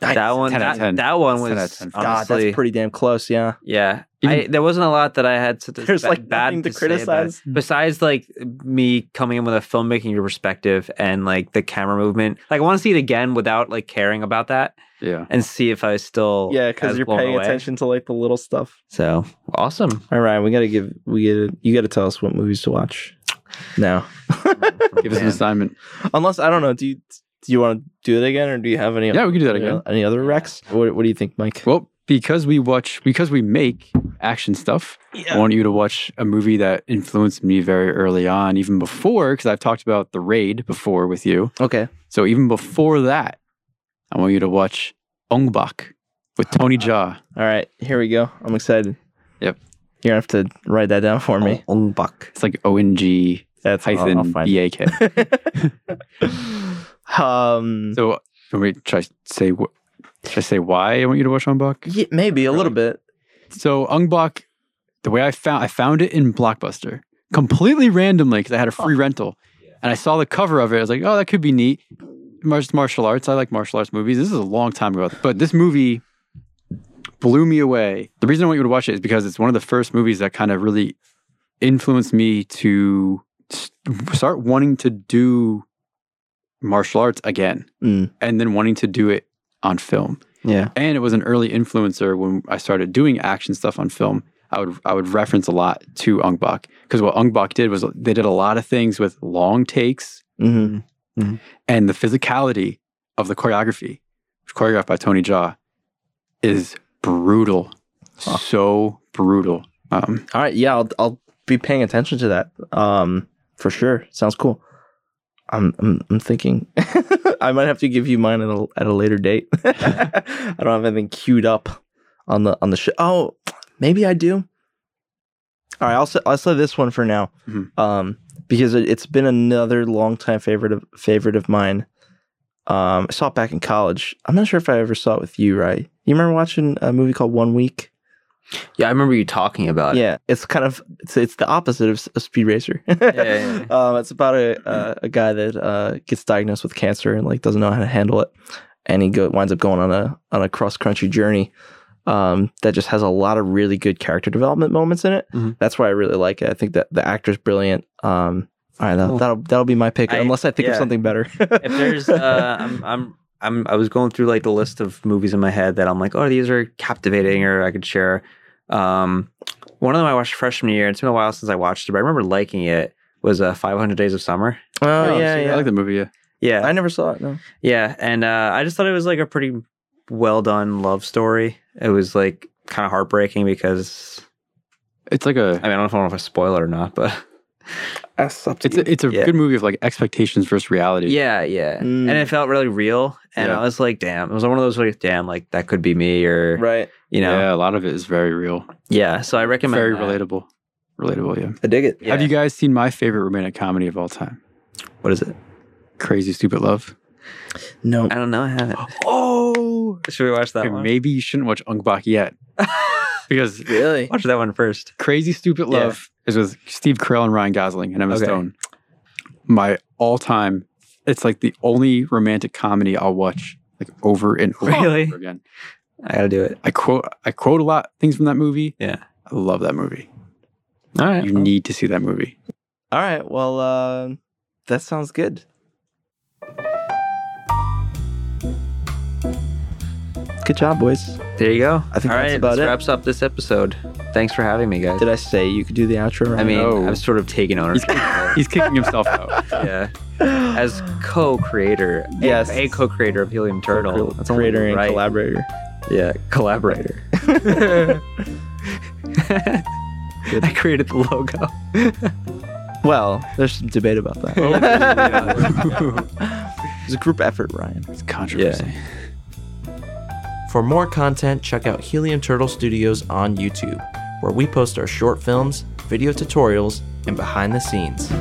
S2: that one.
S3: 10 out of
S2: That,
S3: 10.
S2: that one was
S3: 10 out of 10.
S1: God,
S2: honestly.
S1: that's pretty damn close. Yeah.
S2: Yeah,
S3: Even-
S2: I, there wasn't a lot that I had to.
S1: There's,
S2: ba-
S1: like,
S2: bad
S1: nothing to
S2: say about it.
S1: criticize.
S2: besides like me coming in with a filmmaking perspective and like the camera movement. Like I want to see it again without like caring about that
S3: Yeah,
S2: and see if I was still
S1: Yeah, because
S2: as
S1: you're
S2: blown
S1: paying
S2: away.
S1: attention to like the little stuff.
S2: So [LAUGHS] awesome.
S1: All right, we gotta give we gotta, you gotta tell us what movies to watch now.
S3: give us an
S2: Man.
S3: assignment.
S1: Unless I don't know, do you do you want to do it again, or do you have any?
S3: Yeah, we can do that again.
S1: Any, any other Rex? What, what do you think, Mike?
S3: Well, because we watch, because we make action stuff, I want you to watch a movie that influenced me very early on, even before, because I've talked about The Raid before with you.
S1: Okay,
S3: So even before that, I want you to watch Ong Bak with Tony Jaa.
S1: all right, here we go. I'm excited.
S3: Yep.
S1: You're gonna have to write that down for me.
S2: Ong Bak.
S3: It's like O N G
S1: That's I'll- I'll
S3: hyphen
S1: find
S3: B A K.
S1: it. [LAUGHS] um,
S3: So, can we try to say what? Should I say why I want you to watch Ong Bak?
S1: yeah, maybe a little bit.
S3: So Ungbok, the way I found I found it in Blockbuster completely randomly because I had a free rental, and I saw the cover of it. I was like, oh, that could be neat. Mar- martial arts. I like martial arts movies. This is a long time ago, but this movie blew me away. The reason I want you to watch it is because it's one of the first movies that kind of really influenced me to s- start wanting to do martial arts again,
S1: Mm.
S3: and then wanting to do it on film
S4: Yeah.
S3: and it was an early influencer when I started doing action stuff on film. I would I would reference a lot to Ung Bak because what Ung Bak did was they did a lot of things with long takes
S1: Mhm.
S3: and the physicality of the choreography, which choreographed by Tony Jaa, is brutal, so brutal. Um,
S1: All right, yeah, I'll I'll be paying attention to that. Um, for sure, sounds cool. I'm I'm, I'm thinking [LAUGHS] I might have to give you mine at a at a later date. [LAUGHS] I don't have anything queued up on the on the show. Oh, maybe I do. All right, I'll say, I'll say this one for now,
S3: Mhm.
S1: um, because it, it's been another longtime favorite of favorite of mine. Um, I saw it back in college. I'm not sure if I ever saw it with you, right? You remember watching a movie called One Week?
S2: Yeah, I remember you talking about it.
S1: yeah, it's kind of it's it's the opposite of s- a speed racer. [LAUGHS]
S2: yeah, Mm-hmm.
S1: Um, it's about a uh, a guy that uh, gets diagnosed with cancer and like doesn't know how to handle it, and he go, winds up going on a on a cross country journey. Um, that just has a lot of really good character development moments in it.
S2: Mhm.
S1: That's why I really like it. I think that the actor's brilliant. Um, all right, that'll,
S2: Cool.
S1: that'll that'll be my pick
S2: I-
S1: unless I think of
S2: yeah.
S1: something better.
S2: If
S1: [LAUGHS]
S2: there's, uh, [LAUGHS] I'm, I'm, I'm, I was going through like the list of movies in my head that I'm like, oh, these are captivating or I could share. Um, one of them I watched freshman year. It's been a while since I watched it, but I remember liking it. was uh, 500 Days of Summer.
S1: Oh,
S3: I've
S1: yeah,
S3: seen it.
S1: yeah.
S3: I like that movie. Yeah,
S2: Yeah,
S1: I never saw it. No.
S2: Yeah, and uh, I just thought it was like a pretty well done love story. It was like kind of heartbreaking because
S3: it's like
S2: I
S3: a
S2: mean I don't know if I spoil it or not, but
S1: That's up
S3: it's a, it's a
S2: Yeah.
S3: good movie of like expectations versus reality.
S2: yeah, yeah,
S1: Mm.
S2: and it felt really real. And
S3: Yeah.
S2: I was like, damn, it was one of those like, damn, like that could be me, or
S1: right.
S2: you know, yeah.
S3: yeah, a lot of it is very real,
S2: so I recommend
S3: very
S2: that.
S3: relatable, relatable. Yeah.
S1: I dig it.
S2: Yeah.
S3: Have you guys seen my favorite romantic comedy of all time,
S2: What is it?
S3: Crazy Stupid Love?
S1: No.
S2: I don't know. I haven't. [LAUGHS]
S3: Oh,
S2: Should we watch that one?
S3: maybe you shouldn't watch Unk Bak yet because
S1: Really?
S2: [LAUGHS] watch that one first.
S3: Crazy Stupid
S2: Yeah.
S3: Love is with Steve Carell and Ryan Gosling and Emma
S2: Okay.
S3: Stone. My all time, it's like the only romantic comedy I'll watch like over and over, and
S2: Really?
S3: over again.
S2: I gotta do it.
S3: I quote I quote a lot of things from that movie.
S2: Yeah.
S3: I love that movie.
S2: All right.
S3: You need to see that movie.
S1: All right. Well, uh, that sounds good. Good job, boys.
S2: There you go.
S1: I think that's about
S2: this
S1: it.
S2: Wraps up this episode. Thanks for having me, guys.
S1: Did I say you could do the outro?
S2: I mean,
S3: No.
S2: I'm sort of taking ownership. of it.
S3: He's kicking himself out.
S2: [LAUGHS] yeah, as co-creator, a-
S1: Yes.
S2: a, co-creator of Helium Turtle,
S1: That's
S2: That's only
S1: creator and
S2: right.
S1: collaborator.
S2: yeah,
S1: [LAUGHS]
S2: collaborator. [LAUGHS] I created the logo.
S1: [LAUGHS] Well, there's some debate about that.
S2: Oh.
S1: [LAUGHS] It's a group effort, Ryan.
S3: It's controversy.
S5: For more content, check out Helium Turtle Studios on YouTube, where we post our short films, video tutorials, and behind the scenes.